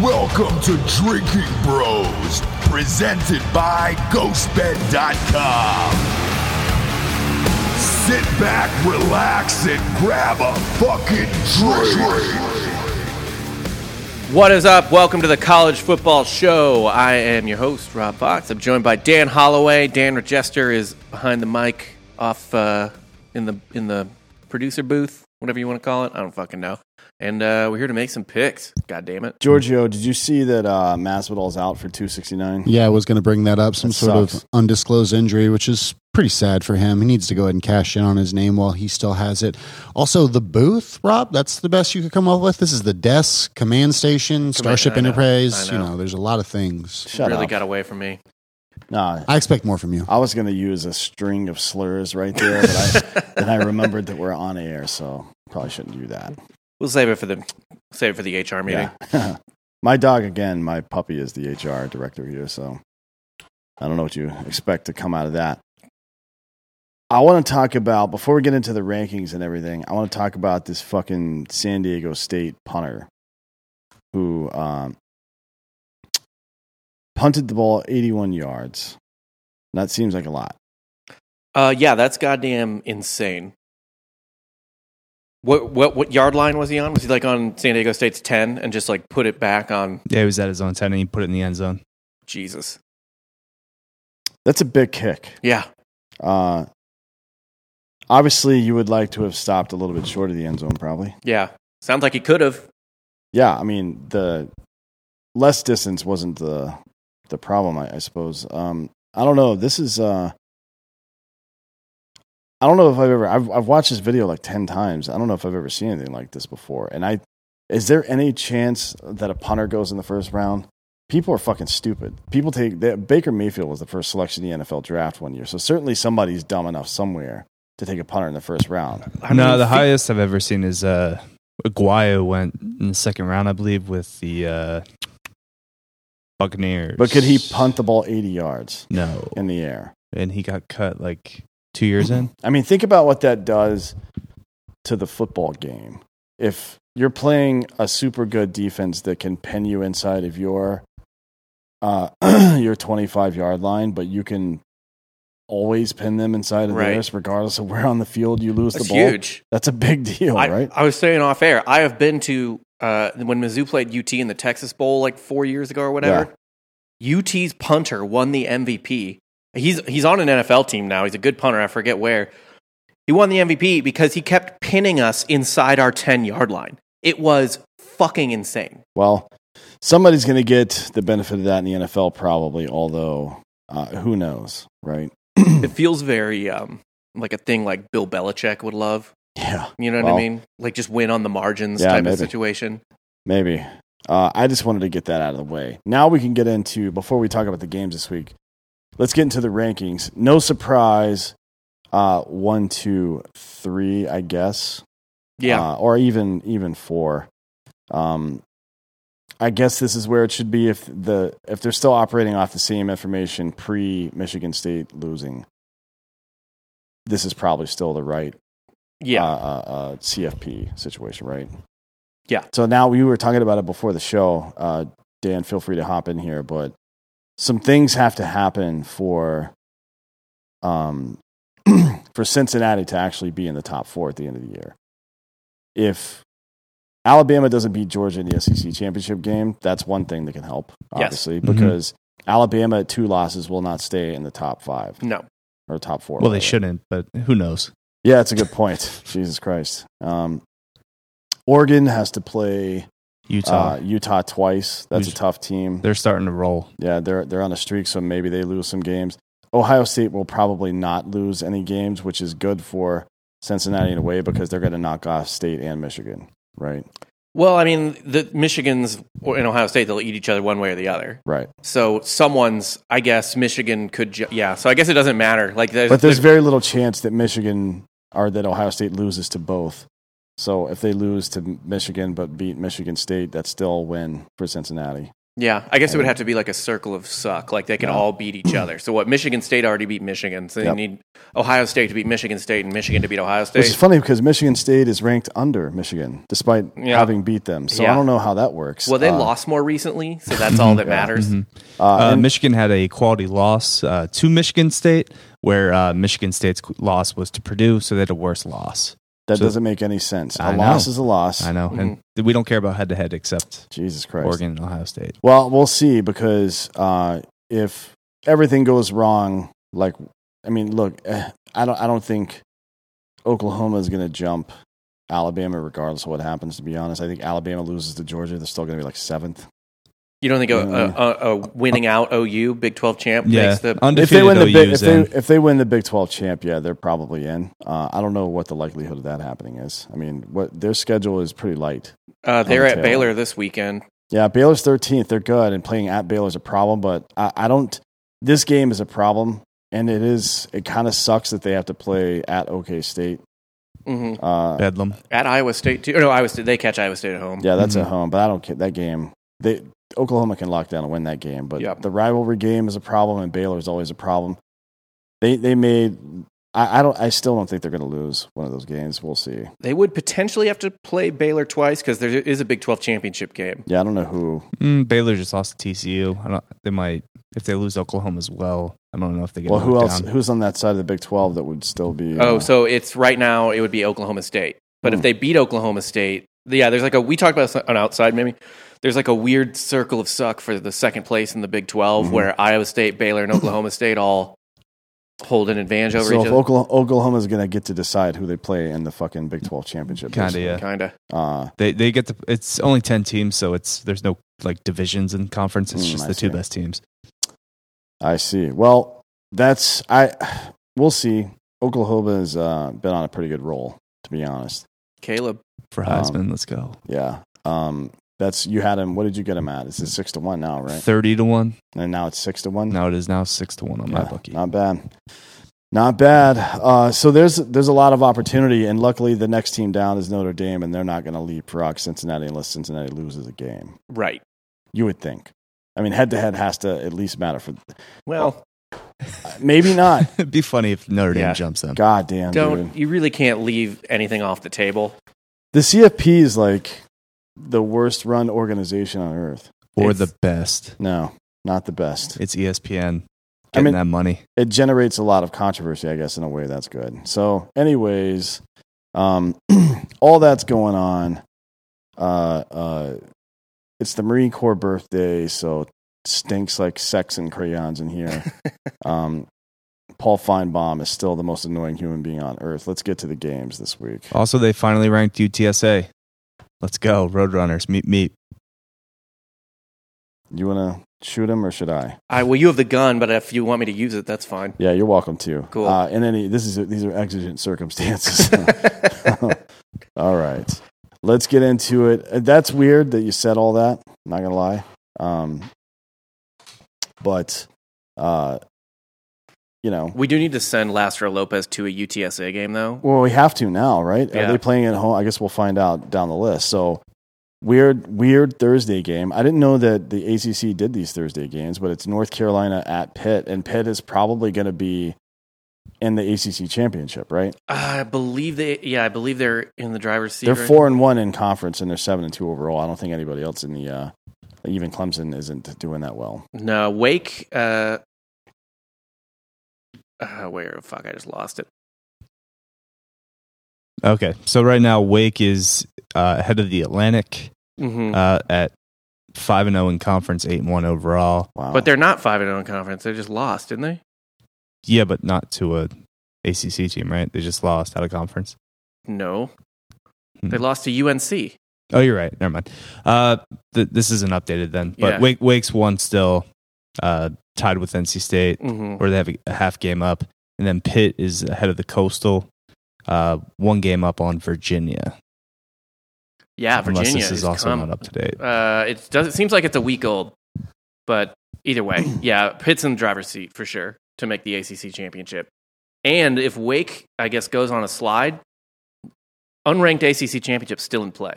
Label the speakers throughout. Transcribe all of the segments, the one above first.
Speaker 1: Welcome to Drinking Bros, presented by GhostBed.com. Sit back, relax, and grab a fucking drink.
Speaker 2: What is up? Welcome to the College Football Show. I am your host, Rob Fox. I'm joined by Dan Holloway. Dan Regester is behind the mic, off uh, in the in the producer booth, whatever you want to call it. I don't fucking know. And uh, we're here to make some picks. God damn it!
Speaker 3: Giorgio, did you see that uh, Masvidal's out for 269?
Speaker 4: Yeah, I was going to bring that up. Some
Speaker 3: That
Speaker 4: sort
Speaker 3: sucks.
Speaker 4: of undisclosed injury, which is pretty sad for him. He needs to go ahead and cash in on his name while he still has it. Also, the booth, Rob, that's the best you could come up with. This is the desk, command station, Starship
Speaker 2: I know,
Speaker 4: Enterprise.
Speaker 2: I know.
Speaker 4: You know, there's a lot of things.
Speaker 3: Shut
Speaker 2: really
Speaker 3: up.
Speaker 2: got away from me.
Speaker 3: Nah,
Speaker 4: I expect more from you.
Speaker 3: I was going to use a string of slurs right there, but I, then I remembered that we're on air, so probably shouldn't do that.
Speaker 2: We'll save it for the save it for the HR meeting.
Speaker 3: Yeah. my dog, again, my puppy is the HR director here, so I don't know what you expect to come out of that. I want to talk about, before we get into the rankings and everything, I want to talk about this fucking San Diego State punter who um, punted the ball 81 yards. That seems like a lot.
Speaker 2: Uh, yeah, that's goddamn insane. What what what yard line was he on? Was he like on San Diego State's ten and just like put it back on
Speaker 5: Yeah, he was at his own 10 and he put it in the end zone.
Speaker 2: Jesus?
Speaker 3: That's a big kick.
Speaker 2: Yeah,
Speaker 3: Uh, obviously, you would like to have stopped a little bit short of the end zone, probably.
Speaker 2: yeah. Sounds like he could have.
Speaker 3: Yeah, I mean the less distance wasn't the the problem, I, I suppose. Um, I don't know. This is uh, I don't know if I've ever I've I've watched this video like ten times. I don't know if I've ever seen anything like this before. And I is there any chance that a punter goes in the first round? People are fucking stupid. People take that Baker Mayfield was the first selection in the NFL draft one year, so certainly somebody's dumb enough somewhere to take a punter in the first round.
Speaker 2: I
Speaker 5: no,
Speaker 2: mean,
Speaker 5: the
Speaker 2: thi-
Speaker 5: highest I've ever seen is uh, Aguayo went in the second round, I believe, with the uh, Buccaneers.
Speaker 3: But could he punt the ball eighty yards
Speaker 5: No.
Speaker 3: in the air?
Speaker 5: And he got cut like two years in.
Speaker 3: I mean, think about what that does to the football game. If you're playing a super good defense that can pin you inside of your uh, your 25 yard line, but you can always pin them inside of
Speaker 2: Right.
Speaker 3: theirs, regardless of where on the field you lose
Speaker 2: That's
Speaker 3: the ball.
Speaker 2: huge.
Speaker 3: That's a big deal,
Speaker 2: I,
Speaker 3: right?
Speaker 2: I was saying off air. I have been to uh, when Mizzou played UT in the Texas Bowl like four years ago or whatever. UT's punter won the MVP. He's he's on an NFL team now. He's a good punter. I forget where. He won the MVP because he kept pinning us inside our ten yard line. It was fucking insane.
Speaker 3: Well, somebody's going to get the benefit of that in the NFL, probably. Although, uh, who knows, right?
Speaker 2: It feels very um, like a thing like Bill Belichick would love.
Speaker 3: Yeah.
Speaker 2: You know what
Speaker 3: Well.
Speaker 2: I mean? Like just win on the margins
Speaker 3: Yeah,
Speaker 2: type
Speaker 3: maybe.
Speaker 2: of situation.
Speaker 3: Maybe. Uh, I just wanted to get that out of the way. Now we can get into, before we talk about the games this week, let's get into the rankings. No surprise, uh, one, two, three, I guess.
Speaker 2: Yeah.
Speaker 3: Uh, or even, even four. Um, I guess this is where it should be if, the, if they're still operating off the same information pre Michigan State losing. This is probably still the right
Speaker 2: yeah.
Speaker 3: uh, uh, uh, CFP situation, right?
Speaker 2: Yeah.
Speaker 3: So now we were talking about it before the show. Uh, Dan, feel free to hop in here, but some things have to happen for um, for Cincinnati to actually be in the top four at the end of the year. If Alabama doesn't beat Georgia in the SEC championship game, that's one thing that can help,
Speaker 2: Yes.
Speaker 3: obviously,
Speaker 5: Mhm.
Speaker 3: because Alabama at two losses will not stay in the top five
Speaker 2: no.
Speaker 3: or top four.
Speaker 5: Well, they
Speaker 3: rather.
Speaker 5: shouldn't, but who knows?
Speaker 3: Yeah, that's a good point. Jesus Christ. Um, Oregon has to play
Speaker 5: Utah,
Speaker 3: uh, Utah twice. That's a
Speaker 5: Who's-
Speaker 3: tough team.
Speaker 5: they're starting to roll.
Speaker 3: Yeah, they're they're on a streak, so maybe they lose some games. Ohio State will probably not lose any games, which is good for Cincinnati in a way because they're going to knock off State and Michigan, right?
Speaker 2: Well, I mean, the Michigan's or in Ohio State, they'll eat each other one way or the other.
Speaker 3: Right.
Speaker 2: So someone's, I guess, Michigan could, ju- yeah. So I guess it doesn't matter. Like, there's,
Speaker 3: But there's
Speaker 2: there's-
Speaker 3: very little chance that Michigan or that Ohio State loses to both. So if they lose to Michigan but beat Michigan State, that's still a win for Cincinnati.
Speaker 2: Yeah, I guess it would have to be like a circle of suck. Like they can all beat each other. So what? Michigan State already beat Michigan, so they
Speaker 3: Yep.
Speaker 2: need Ohio State to beat Michigan State and Michigan to beat Ohio State.
Speaker 3: Which is funny because Michigan State is ranked under Michigan despite
Speaker 2: Yeah.
Speaker 3: having beat them. So
Speaker 2: Yeah.
Speaker 3: I don't know how that works.
Speaker 2: well, they
Speaker 3: Uh,
Speaker 2: lost more recently, so
Speaker 3: Mm-hmm.
Speaker 2: that's all that matters.
Speaker 5: Uh,
Speaker 3: and-
Speaker 5: Michigan had a quality loss uh, to Michigan State, where uh, Michigan State's qu- loss was to Purdue, so they had a worse loss.
Speaker 3: That
Speaker 5: So-
Speaker 3: doesn't make any sense. A
Speaker 5: I know.
Speaker 3: loss is a loss.
Speaker 5: I know,
Speaker 2: Mm-hmm.
Speaker 5: and we don't care about head to head except
Speaker 3: Jesus Christ.
Speaker 5: Oregon and Ohio State.
Speaker 3: Well, we'll see because uh, if everything goes wrong, like I mean, look, eh, I don't, I don't think Oklahoma is going to jump Alabama regardless of what happens. To be honest, I think Alabama loses to Georgia. They're still going to be like seventh.
Speaker 2: You don't think a,
Speaker 3: Mm.
Speaker 2: a, a, a winning out OU Big Twelve champ
Speaker 5: Yeah,
Speaker 2: makes the
Speaker 5: undefeated
Speaker 3: if they win the
Speaker 5: OU's
Speaker 3: big, if they,
Speaker 5: in.
Speaker 3: if they win the Big Twelve champ, yeah, they're probably in. Uh, I don't know what the likelihood of that happening is. I mean, what their schedule is pretty light.
Speaker 2: uh, they're
Speaker 3: the
Speaker 2: at
Speaker 3: tail.
Speaker 2: Baylor this weekend.
Speaker 3: Yeah, Baylor's 13th. They're good, and playing at Baylor's a problem. But I, I don't. This game is a problem, and it is. It kind of sucks that they have to play at OK State.
Speaker 2: hmm
Speaker 3: Uh,
Speaker 5: Bedlam.
Speaker 2: At Iowa State too. Or no, Iowa State. They catch Iowa State at home.
Speaker 3: yeah, that's
Speaker 5: Mhm.
Speaker 3: at home, but I don't care that game. They Oklahoma can lock down and win that game, but
Speaker 2: Yeah.
Speaker 3: the rivalry game is a problem, and Baylor is always a problem. They they made. I, I don't. I still don't think they're going to lose one of those games. We'll see.
Speaker 2: They would potentially have to play Baylor twice because there is a Big Twelve championship game.
Speaker 3: Yeah, I don't know who.
Speaker 5: Mm, Baylor just lost to TCU. I don't. They might if they lose Oklahoma as well. I don't know if they get.
Speaker 3: Well, who
Speaker 5: knocked
Speaker 3: else?
Speaker 5: down.
Speaker 3: Who's on that side of the Big Twelve that would still be?
Speaker 2: Oh,
Speaker 3: uh,
Speaker 2: so it's right now. It would be Oklahoma State. But if
Speaker 3: Hmm.
Speaker 2: they beat Oklahoma State, yeah, there's like a we talked about this on outside maybe. There's like a weird circle of suck for the second place in the Big 12
Speaker 3: Mhm.
Speaker 2: where Iowa State, Baylor, and Oklahoma State all hold an advantage over
Speaker 3: so
Speaker 2: each
Speaker 3: if
Speaker 2: other.
Speaker 3: Oklahoma, Oklahoma's going to get to decide who they play in the fucking Big 12 championship.
Speaker 5: Kinda, yeah.
Speaker 2: Kinda.
Speaker 3: Uh,
Speaker 5: They they get the. It's only ten teams, so it's there's no like divisions in conference. It's
Speaker 3: Mm,
Speaker 5: just
Speaker 3: I
Speaker 5: the two
Speaker 3: see.
Speaker 5: best teams.
Speaker 3: I see. Well, that's I. We'll see. Oklahoma's uh, been on a pretty good roll, to be honest.
Speaker 2: Caleb.
Speaker 5: For
Speaker 3: Um,
Speaker 5: Heisman, let's go
Speaker 3: Yeah. Um, that's you had him. What did you get him at? It's at six to one now, right?
Speaker 5: thirty to one.
Speaker 3: And now it's six to one.
Speaker 5: Now it is now six to one on my
Speaker 3: Yeah,
Speaker 5: bookie.
Speaker 3: Not bad. Not bad. Uh, so there's there's a lot of opportunity, and luckily the next team down is Notre Dame, and they're not going to leapfrog Cincinnati unless Cincinnati loses a game.
Speaker 2: Right.
Speaker 3: Oh, You would think. I mean, head to head has to at least matter for.
Speaker 2: Well,
Speaker 3: Maybe not.
Speaker 5: It'd be funny if Notre Dame
Speaker 2: Yeah.
Speaker 5: jumps them.
Speaker 3: God damn,
Speaker 2: don't
Speaker 3: dude.
Speaker 2: you really can't leave anything off the table.
Speaker 3: The CFP is like the worst run organization on earth.
Speaker 5: Or
Speaker 2: It's-
Speaker 5: the best.
Speaker 3: No, not the best.
Speaker 5: It's E ESPN getting
Speaker 3: I mean-
Speaker 5: that money.
Speaker 3: It generates a lot of controversy, I guess, in a way that's good. So, anyways, um, all that's going on. Uh, uh, it's the Marine Corps birthday, so it stinks like sex and crayons in here. um, Paul Feinbaum is still the most annoying human being on earth. Let's get to the games this week.
Speaker 5: Also, they finally ranked UTSA. Let's go, Roadrunners. Meet meet.
Speaker 3: You want to shoot him or should I?
Speaker 2: I well you have the gun, but if you want me to use it, that's fine.
Speaker 3: Yeah, you're welcome to.
Speaker 2: Cool.
Speaker 3: Uh, and any this is these are exigent circumstances. all right, let's get into it. Uh, That's weird that you said all that. Not gonna lie, um, but uh, you know,
Speaker 2: we do need to send Lastro Lopez to a UTSA game though.
Speaker 3: well, we have to now, right?
Speaker 2: Yeah.
Speaker 3: Are they playing at home? I guess we'll find out down the list. So weird, weird Thursday game. I didn't know that the ACC did these Thursday games, but it's North Carolina at Pitt, and Pitt is probably going to be in the ACC championship, right?
Speaker 2: I believe they yeah, I believe they're in the driver's seat.
Speaker 3: They're
Speaker 2: right
Speaker 3: four and one in conference, and they're seven and two overall. I don't think anybody else in the uh, even Clemson isn't doing that well.
Speaker 2: No, Wake. Uh, uh, where? Fuck, I just lost it.
Speaker 5: Okay, so right now Wake is uh, ahead of the Atlantic
Speaker 2: hmm
Speaker 5: uh, at five and zero in conference, eight and one overall.
Speaker 3: Wow,
Speaker 2: but they're not five and zero in conference. They just lost, didn't they?
Speaker 5: Yeah, but not to a ACC team, right? They just lost out of conference.
Speaker 2: No,
Speaker 5: Hmm.
Speaker 2: they lost to UNC.
Speaker 5: Oh, you're right. Never mind. Uh, th- this isn't updated then. But
Speaker 2: Yeah.
Speaker 5: Wake Wake's one still uh, tied with NC State.
Speaker 2: hmm
Speaker 5: where they have a half game up, and then Pitt is ahead of the Coastal, uh, one game up on Virginia.
Speaker 2: Yeah, Virginia
Speaker 5: unless this is also
Speaker 2: come-
Speaker 5: not up to date.
Speaker 2: Uh, it does. It seems like it's a week old, but either way, yeah, Pitt's in the driver's seat for sure to make the ACC championship. And if Wake, I guess, goes on a slide, unranked ACC championship still in play.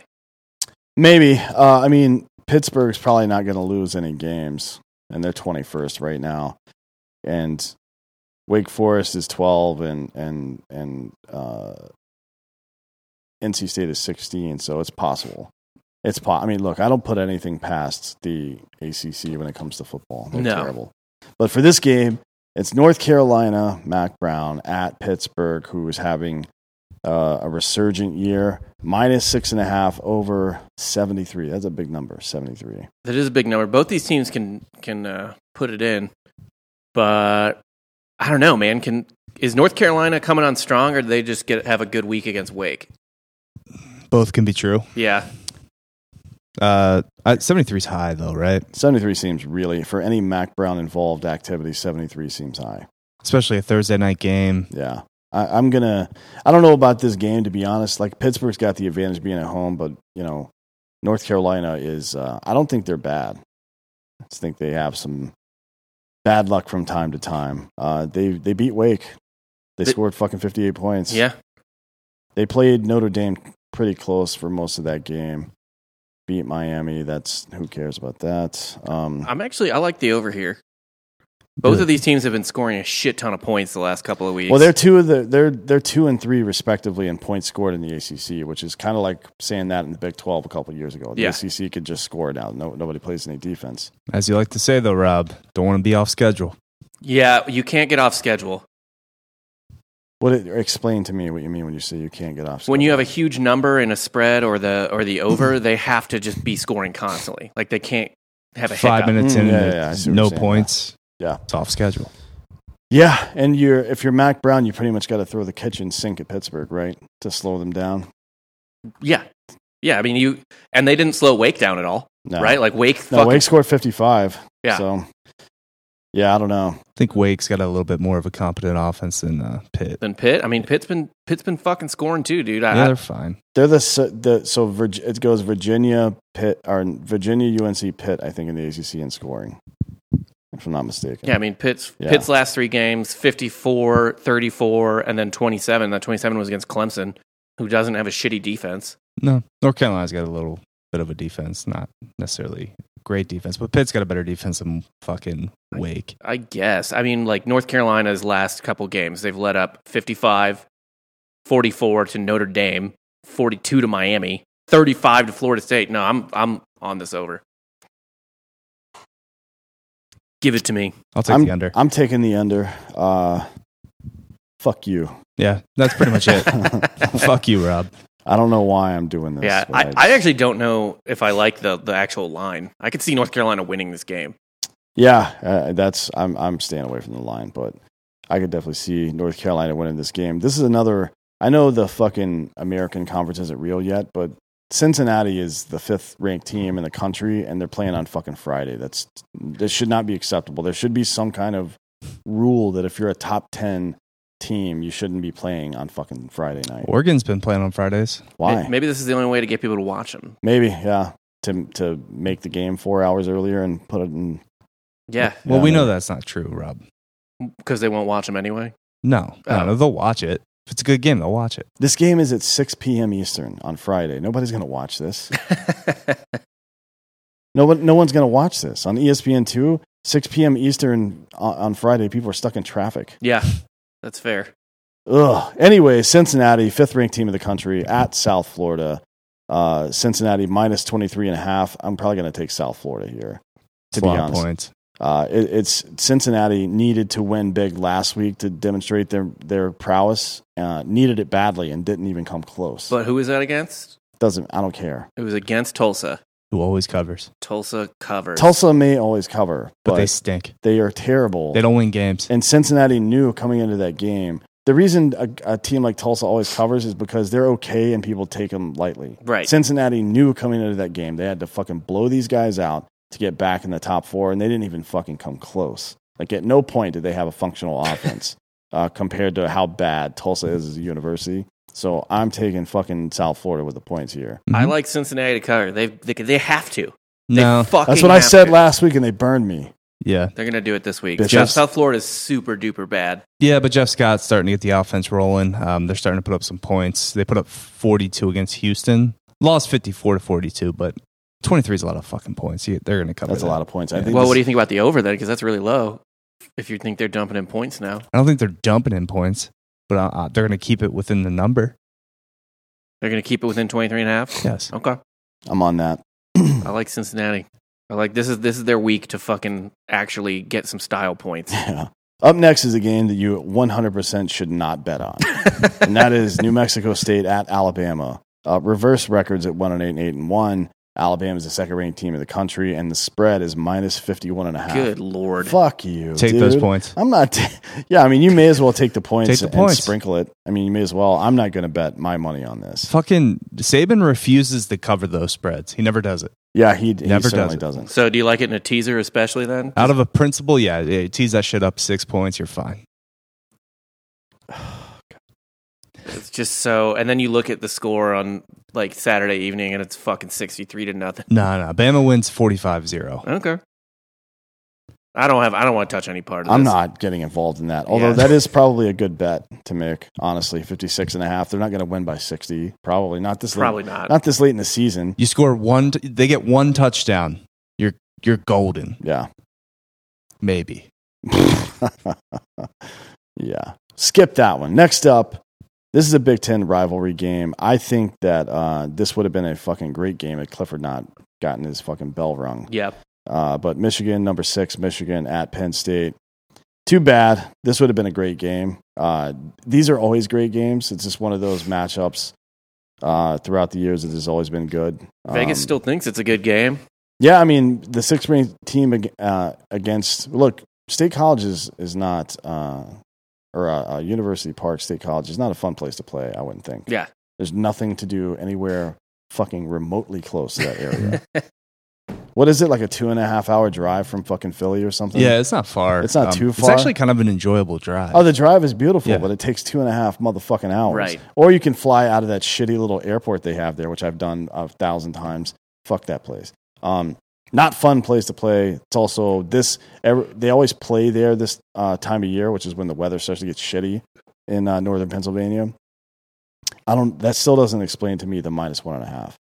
Speaker 3: maybe. Uh, I mean, Pittsburgh's probably not going to lose any games, and they're 21st right now. And Wake Forest is 12, and and and uh, NC State is 16. So it's possible. It's po- I mean, look, I don't put anything past the ACC when it comes to football. They're
Speaker 2: No.
Speaker 3: terrible. But for this game, it's North Carolina, Mac Brown at Pittsburgh, who is having uh, a resurgent year, minus six and a half over 73. That's a big number, 73.
Speaker 2: That is a big number. Both these teams can can uh, put it in, but I don't know, man. Can is North Carolina coming on strong, or do they just get have a good week against Wake?
Speaker 5: Both can be true.
Speaker 2: Yeah,
Speaker 5: Uh, seventy three is high though, right?
Speaker 3: 73 seems really, for any Mac Brown involved activity, 73 seems high.
Speaker 5: Especially a Thursday night game.
Speaker 3: Yeah. I, I'm going to, I don't know about this game, to be honest. Like, Pittsburgh's got the advantage being at home, but, you know, North Carolina is, uh, I don't think they're bad. I just think they have some bad luck from time to time. Uh, they, they beat Wake. They
Speaker 2: They-
Speaker 3: scored fucking 58 points.
Speaker 2: yeah.
Speaker 3: They played Notre Dame pretty close for most of that game. Beat Miami. That's who cares about that. Um,
Speaker 2: I'm actually I like the over here. Both
Speaker 5: Good.
Speaker 2: of these teams have been scoring a shit ton of points the last couple of weeks.
Speaker 3: well, they're two of the they're they're two and three respectively in points scored in the ACC, which is kind of like saying that in the Big Twelve a couple years ago. The
Speaker 2: Yeah.
Speaker 3: ACC could just score now. No, nobody plays any defense.
Speaker 5: As you like to say though, Rob, don't want to be off schedule.
Speaker 2: yeah, you can't get off schedule.
Speaker 3: What it, explain to me what you mean when you say you can't get off?
Speaker 2: When you
Speaker 3: schedule.
Speaker 2: have a huge number in a spread or the or the over, they have to just be scoring constantly. Like they can't have a
Speaker 5: Five
Speaker 2: hiccup.
Speaker 5: minutes
Speaker 3: Mm,
Speaker 5: in,
Speaker 3: yeah, yeah, yeah, I see what
Speaker 5: no
Speaker 3: you're saying,
Speaker 5: points.
Speaker 3: Yeah.
Speaker 5: it's off schedule.
Speaker 3: yeah, and you're if you're Mac Brown, you pretty much got to throw the kitchen sink at Pittsburgh, right, to slow them down.
Speaker 2: Yeah, yeah. I mean, you and they didn't slow Wake down at all, right?
Speaker 3: No.
Speaker 2: Like Wake,
Speaker 3: No,
Speaker 2: fucking-
Speaker 3: Wake scored 55.
Speaker 2: Yeah.
Speaker 3: So, yeah, I don't know.
Speaker 5: I think Wake's got a little bit more of a competent offense than uh, Pitt.
Speaker 2: than Pitt. I mean, Pitt's been Pitt's been fucking scoring too, dude. I,
Speaker 5: Yeah, they're fine.
Speaker 3: They're the so- the so Virg- it goes Virginia Pitt or Virginia UNC Pitt I think in the ACC in scoring, if I'm not mistaken.
Speaker 2: yeah, I mean, Pitt's
Speaker 3: Yeah.
Speaker 2: Pitt's last three games 54, 34, and then 27. That 27 was against Clemson, who doesn't have a shitty defense.
Speaker 5: No, North Carolina's got a little bit of a defense, not necessarily great defense, but Pitt's got a better defense than fucking Wake.
Speaker 2: I guess. I mean, like North Carolina's last couple games, they've let up 55, 44 to Notre Dame, 42 to Miami, 35 to Florida State. No, I'm I'm on this over. Give it to me.
Speaker 5: I'll take
Speaker 3: I'm,
Speaker 5: the under.
Speaker 3: I'm taking the under. Uh, fuck you.
Speaker 5: yeah, that's pretty much it. Fuck you, Rob.
Speaker 3: I don't know why I'm doing this.
Speaker 2: Yeah,
Speaker 3: but
Speaker 2: I, I actually don't know if I like the, the actual line. I could see North Carolina winning this game.
Speaker 3: yeah, uh, that's I'm I'm staying away from the line, but I could definitely see North Carolina winning this game. This is another. I know the fucking American Conference isn't real yet, but Cincinnati is the fifth ranked team in the country, and they're playing on fucking Friday. That's this should not be acceptable. There should be some kind of rule that if you're a top ten team, you shouldn't be playing on fucking Friday night.
Speaker 5: Oregon's been playing on Fridays.
Speaker 3: Why?
Speaker 2: May- Maybe this is the only way to get people to watch them.
Speaker 3: Maybe, yeah. To to make the game four hours earlier and put it in.
Speaker 2: Yeah,
Speaker 5: Well, we
Speaker 3: Yeah.
Speaker 5: know that's not true, Rob.
Speaker 2: because they won't watch them anyway.
Speaker 5: No, no,
Speaker 2: Oh.
Speaker 5: no, they'll watch it. If it's a good game, they'll watch it.
Speaker 3: This game is at six p.m. Eastern on Friday. Nobody's gonna watch this. No one, no one's going to watch this on E ESPN two, six p.m. Eastern on, on Friday. People are stuck in traffic.
Speaker 2: yeah, that's fair.
Speaker 3: Ugh. Anyway, Cincinnati, fifth ranked team of the country at South Florida. Uh, Cincinnati minus 23 and a half. I'm probably going to take South Florida here.
Speaker 5: It's
Speaker 3: To be
Speaker 5: a lot of
Speaker 3: honest.
Speaker 5: points.
Speaker 3: Uh, it, it's Cincinnati needed to win big last week to demonstrate their their prowess. Uh, needed it badly and didn't even come close.
Speaker 2: But who was that against?
Speaker 3: Doesn't I don't care.
Speaker 2: It was against Tulsa.
Speaker 5: Who always covers,
Speaker 2: Tulsa covers.
Speaker 3: Tulsa may always cover,
Speaker 5: but,
Speaker 3: but,
Speaker 5: they stink.
Speaker 3: they are terrible.
Speaker 5: They don't win games.
Speaker 3: And Cincinnati knew coming into that game. The reason a, a team like Tulsa always covers is because they're okay and people take them lightly.
Speaker 2: Right.
Speaker 3: Cincinnati knew coming into that game they had to fucking blow these guys out to get back in the top four, and they didn't even fucking come close. Like at no point did they have a functional offense uh, compared to how bad Tulsa is as a university. So I'm taking fucking South Florida with the points here.
Speaker 2: I
Speaker 5: Mhm.
Speaker 2: like Cincinnati to cover. They they, they have to. They
Speaker 5: No,
Speaker 2: fucking
Speaker 3: That's what I
Speaker 2: have
Speaker 3: said
Speaker 2: to.
Speaker 3: last week, and they burned me.
Speaker 5: yeah,
Speaker 2: They're gonna do it this week.
Speaker 3: Bitches.
Speaker 2: Jeff, South Florida's super duper bad.
Speaker 5: yeah. But Jeff Scott's starting to get the offense rolling. Um, they're starting to put up some points. They put up forty-two against Houston. Lost fifty-four to forty-two, but 23 is a lot of fucking points. You- They're going to cover
Speaker 3: That's a
Speaker 5: that.
Speaker 3: lot of points. I think.
Speaker 2: Well,
Speaker 3: this-
Speaker 2: what do you think about the over then? Because that's really low. If you think they're dumping in points now,
Speaker 5: I don't think they're dumping in points, but uh, uh, they're going to keep it within the number.
Speaker 2: they're going to keep it within 23 and a half.
Speaker 5: Yes.
Speaker 2: Okay.
Speaker 3: I'm on that.
Speaker 2: I like Cincinnati. I like this is this is their week to fucking actually get some style points.
Speaker 3: Yeah. Up next is a game that you 100% should not bet on, and that is New Mexico State at Alabama. Uh, reverse records at one and eight and eight and one. Alabama is the second ranked team in the country, and the spread is minus 51 and a half.
Speaker 2: Good lord.
Speaker 3: Fuck you.
Speaker 5: Take those
Speaker 3: dude.
Speaker 5: points.
Speaker 3: I'm not. T- yeah, I mean, you may as well take the points
Speaker 5: Take the
Speaker 3: and
Speaker 5: points.
Speaker 3: sprinkle it. I mean, you may as well. I'm not going to bet my money on this.
Speaker 5: Fucking Saban refuses to cover those spreads. He never does it.
Speaker 3: Yeah, he, he
Speaker 5: Never
Speaker 3: certainly
Speaker 5: does
Speaker 3: doesn't.
Speaker 2: So do you like it in a teaser especially then?
Speaker 5: Out of a principle, yeah, yeah, tease that shit up six points, you're fine.
Speaker 2: It's just so and then you look at the score on like Saturday evening and it's fucking 63 to nothing.
Speaker 5: No, no. Bama wins 45 0.
Speaker 2: Okay. I don't have I don't want to touch any part of
Speaker 3: I'm
Speaker 2: this.
Speaker 3: not getting involved in that. Although
Speaker 2: Yeah.
Speaker 3: that is probably a good bet to make, honestly. 56 and a half. They're not going to win by 60. Probably not this
Speaker 2: Probably
Speaker 3: late.
Speaker 2: not.
Speaker 3: Not this late in the season.
Speaker 5: You score one, t- they get one touchdown. You're, you're golden,
Speaker 3: Yeah.
Speaker 5: maybe.
Speaker 3: yeah. Skip that one. Next up, this is a Big Ten rivalry game. I think that uh, this would have been a fucking great game if Clifford not gotten his fucking bell rung.
Speaker 2: Yeah.
Speaker 3: Uh, but Michigan, number six, Michigan at Penn State. Too bad. This would have been a great game. Uh, these are always great games. It's just one of those matchups uh, throughout the years that has always been good.
Speaker 2: Vegas
Speaker 3: Um,
Speaker 2: still thinks it's a good game.
Speaker 3: Yeah, I mean, the sixth ranked team ag- uh, against, look, State College is, is not, uh, or uh, uh, University Park State College is not a fun place to play, I wouldn't think.
Speaker 2: Yeah.
Speaker 3: There's nothing to do anywhere fucking remotely close to that area. what is it, like a two and a half hour drive from fucking Philly or something?
Speaker 5: Yeah, it's not far. Um,
Speaker 3: It's not too
Speaker 5: It's
Speaker 3: far.
Speaker 5: actually kind of an enjoyable drive.
Speaker 3: Oh, the drive is beautiful,
Speaker 5: Yeah.
Speaker 3: but it takes two and a half motherfucking hours.
Speaker 2: Right.
Speaker 3: Or you can fly out of that shitty little airport they have there, which I've done a thousand times. Fuck that place. Um, not fun place to play. It's also this. Every, they always play there this uh, time of year, which is when the weather starts to get shitty in uh, northern Pennsylvania. I don't. That still doesn't explain to me the minus one and a half.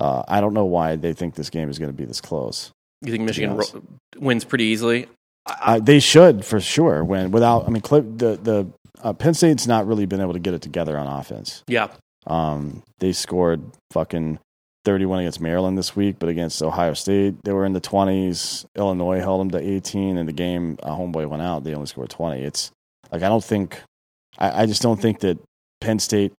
Speaker 3: Uh, I don't know why they think this game is going to be this close.
Speaker 2: You think Michigan
Speaker 3: honest.
Speaker 2: ro- wins pretty easily?
Speaker 3: Uh, they should for sure. When without, I mean, Clip, the the uh, Penn State's not really been able to get it together on offense.
Speaker 2: Yeah.
Speaker 3: Um, they scored fucking thirty one against Maryland this week, but against Ohio State they were in the twenties. Illinois held them to eighteen, and the game a homeboy went out. They only scored twenty. It's like I don't think, I, I just don't think that Penn State.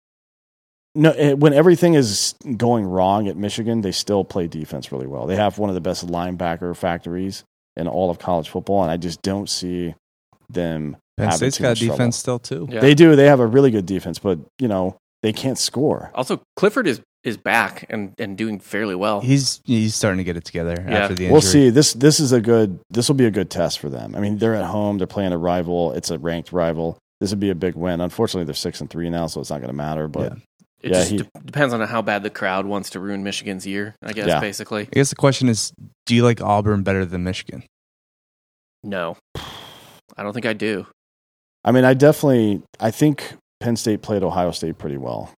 Speaker 3: No, it, when everything is going wrong at Michigan, they still play defense really well. They have one of the best linebacker factories in all of college football, and I just don't see them.
Speaker 5: Penn
Speaker 3: having
Speaker 5: State's
Speaker 3: too
Speaker 5: got
Speaker 3: much
Speaker 5: defense
Speaker 3: trouble.
Speaker 5: still, too.
Speaker 2: Yeah.
Speaker 3: They do. They have a really good defense, but you know they can't score.
Speaker 2: Also Clifford is is back and and doing fairly well.
Speaker 5: He's, he's starting to get it together
Speaker 2: Yeah.
Speaker 5: after the injury.
Speaker 3: We'll see. This this is a good. This will be a good test for them. I mean, they're at home. They're playing a rival. It's a ranked rival. This would be a big win. Unfortunately, they're six and three now, so it's not going to matter. But
Speaker 2: It
Speaker 3: Yeah,
Speaker 2: just
Speaker 3: he-
Speaker 2: de- depends on how bad the crowd wants to ruin Michigan's year, I guess,
Speaker 3: Yeah.
Speaker 2: basically.
Speaker 5: I guess the question is do you like Auburn better than Michigan?
Speaker 2: No. I don't think I do.
Speaker 3: I mean, I definitely. I think Penn State played Ohio State pretty well,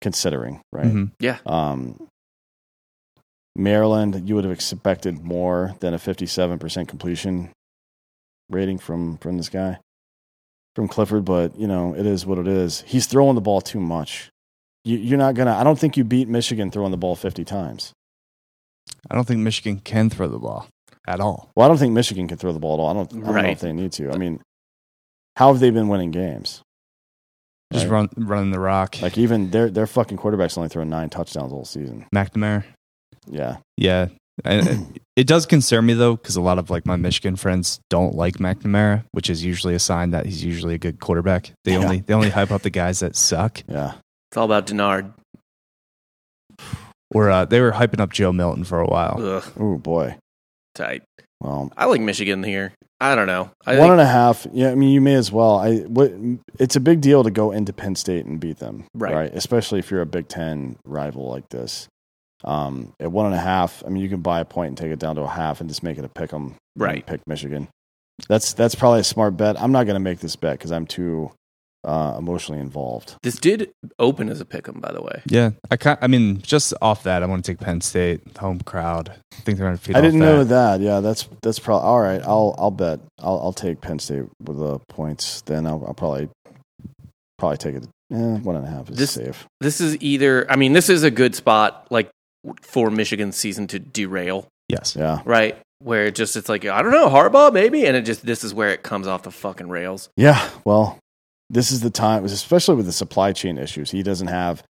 Speaker 3: considering right.
Speaker 5: Mhm.
Speaker 3: Um, Maryland, you would have expected more than a 57% completion rating from from this guy, from Clifford. But you know, it is what it is. He's throwing the ball too much. You, you're not gonna. I don't think you beat Michigan throwing the ball 50 times.
Speaker 5: I don't think Michigan can throw the ball at all.
Speaker 3: Well, I don't think Michigan can throw the ball at all. I don't. I don't know
Speaker 2: Right.
Speaker 3: if they need to. I mean, how have they been winning games?
Speaker 5: Just
Speaker 3: Right.
Speaker 5: run running the rock.
Speaker 3: Like even their their fucking quarterbacks only thrown nine touchdowns all season.
Speaker 5: McNamara.
Speaker 3: Yeah.
Speaker 5: Yeah. And it- it does concern me though, because a lot of like my Michigan friends don't like McNamara, which is usually a sign that he's usually a good quarterback. They
Speaker 3: Yeah.
Speaker 5: only they only hype up the guys that suck.
Speaker 3: Yeah.
Speaker 2: It's all about Denard.
Speaker 5: Or uh, they were hyping up Joe Milton for a while.
Speaker 2: Ugh,
Speaker 3: Oh boy.
Speaker 2: tight.
Speaker 3: Well,
Speaker 2: I like Michigan here. I don't know. I
Speaker 3: One
Speaker 2: think,
Speaker 3: and a half. Yeah, I mean, you may as well. I what it's a big deal to go into Penn State and beat them,
Speaker 2: Right.
Speaker 3: Especially if you're a Big Ten rival like this. Um, at one and a half, I mean, you can buy a point and take it down to a half and just make it a pick 'em.
Speaker 2: Right.
Speaker 3: Pick Michigan. That's that's probably a smart bet. I'm not going to make this bet because I'm too uh, emotionally involved.
Speaker 2: This did open as a pick'em, by the way.
Speaker 5: Yeah, I can I mean, just off that, I want to take Penn State the home crowd. I think they're going to feed.
Speaker 3: I
Speaker 5: off
Speaker 3: didn't
Speaker 5: that.
Speaker 3: know that. Yeah, that's that's probably all right. I'll I'll bet I'll I'll take Penn State with the points. Then I'll, I'll probably probably take it. Eh, one and a half is
Speaker 2: This-
Speaker 3: safe.
Speaker 2: This is either. I mean, this is a good spot like for Michigan's season to derail,
Speaker 5: Yes.
Speaker 3: Yeah,
Speaker 2: right? Where it just it's like I don't know Harbaugh maybe, and it just this is where it comes off the fucking rails.
Speaker 3: yeah. Well, this is the time, especially with the supply chain issues. He doesn't have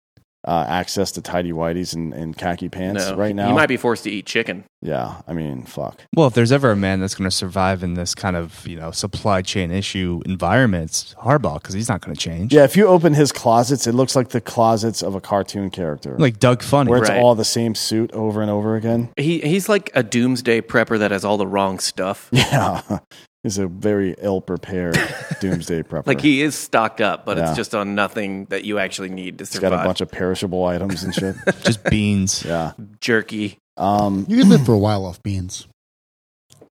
Speaker 3: uh, access to tidy whities and, and khaki pants
Speaker 2: no,
Speaker 3: right now.
Speaker 2: you might be forced to eat chicken.
Speaker 3: yeah, I mean, fuck.
Speaker 5: Well, if there's ever a man that's going to survive in this kind of you know supply chain issue environment, it's Harbaugh because he's not going to change.
Speaker 3: Yeah, if you open his closets, it looks like the closets of a cartoon character,
Speaker 5: Like Doug Funny.
Speaker 3: where it's
Speaker 2: Right.
Speaker 3: all the same suit over and over again.
Speaker 2: He he's like a doomsday prepper that has all the wrong stuff.
Speaker 3: Yeah, he's a very ill prepared doomsday prepper.
Speaker 2: Like he is stocked up, but
Speaker 3: Yeah.
Speaker 2: it's just on nothing that you actually need to
Speaker 3: He's got
Speaker 2: survive.
Speaker 3: a bunch of perishable items and shit.
Speaker 5: Just beans.
Speaker 3: yeah.
Speaker 2: jerky.
Speaker 3: Um.
Speaker 4: You could live for a while off beans.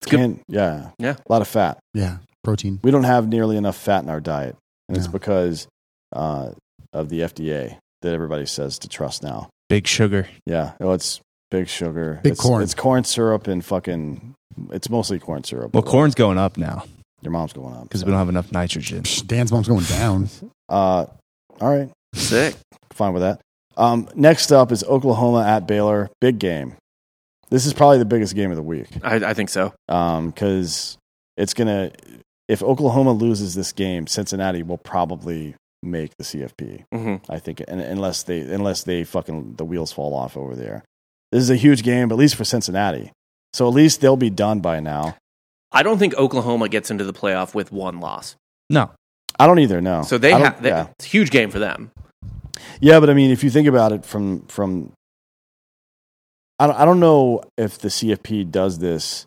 Speaker 2: good.
Speaker 3: Can, yeah.
Speaker 2: Yeah.
Speaker 3: A lot of fat.
Speaker 4: Yeah, protein.
Speaker 3: We don't have nearly enough fat in our diet, and it's
Speaker 4: No.
Speaker 3: because uh, of the FDA that everybody says to trust now.
Speaker 5: Big sugar.
Speaker 3: Yeah. Oh, it's big sugar.
Speaker 4: Big
Speaker 3: it's,
Speaker 4: corn.
Speaker 3: It's corn syrup and fucking. It's mostly corn syrup.
Speaker 5: Well, corn's going up now
Speaker 3: Your mom's going up.
Speaker 5: because
Speaker 3: so.
Speaker 5: we don't have enough nitrogen.
Speaker 4: Psh, Dan's mom's going down.
Speaker 3: Uh, all right.
Speaker 2: Sick.
Speaker 3: fine with that. Um, next up is Oklahoma at Baylor. Big game. This is probably the biggest game of the week
Speaker 2: I, I think so.
Speaker 3: because it's going to, if Oklahoma loses this game, Cincinnati will probably make the CFP,
Speaker 2: hmm
Speaker 3: I think, and, unless, they, unless they fucking, the wheels fall off over there. This is a huge game, at least for Cincinnati. So at least they'll be done by now.
Speaker 2: I don't think Oklahoma gets into the playoff with one loss.
Speaker 5: No,
Speaker 3: I don't either, no.
Speaker 2: So they
Speaker 3: I don't-
Speaker 2: have
Speaker 3: yeah.
Speaker 2: it's a huge game for them.
Speaker 3: Yeah, but I mean, if you think about it from from, I don't, I don't know if the CFP does this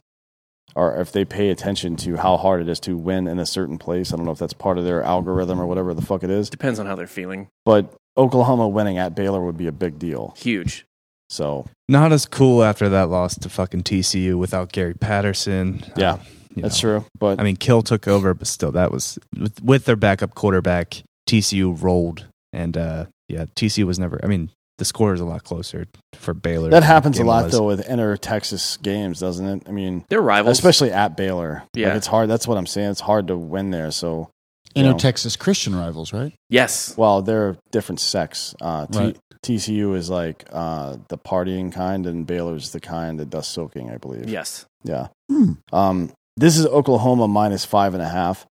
Speaker 3: or if they pay attention to how hard it is to win in a certain place. I don't know if that's part of their algorithm or whatever the fuck it is.
Speaker 2: Depends on how they're feeling.
Speaker 3: But Oklahoma winning at Baylor would be a big deal.
Speaker 2: Huge.
Speaker 3: So
Speaker 5: not as cool after that loss to fucking TCU without Gary Patterson. Um,
Speaker 3: Yeah,
Speaker 5: you
Speaker 3: that's
Speaker 5: know.
Speaker 3: true. But
Speaker 5: I mean, Kill took over, but still, that was with, with their backup quarterback. TCU rolled, and uh, yeah, TCU was never. I mean, the score is a lot closer for Baylor.
Speaker 3: that
Speaker 5: than
Speaker 3: happens a
Speaker 5: Game
Speaker 3: lot
Speaker 5: was.
Speaker 3: though with inner Texas games, doesn't it? I mean,
Speaker 2: They're rivals.
Speaker 3: especially at Baylor. Like,
Speaker 2: Yeah.
Speaker 3: it's hard. That's what I'm saying. It's hard to win there. So
Speaker 4: You know,
Speaker 3: Yeah.
Speaker 4: Texas Christian rivals, right?
Speaker 2: yes.
Speaker 3: Well, they're different sects. Uh, T-
Speaker 4: Right.
Speaker 3: TCU is like uh, the partying kind, and Baylor's the kind that does soaking, I believe.
Speaker 2: Yes.
Speaker 3: Yeah.
Speaker 4: Hmm.
Speaker 3: Um, this is Oklahoma minus five and a half.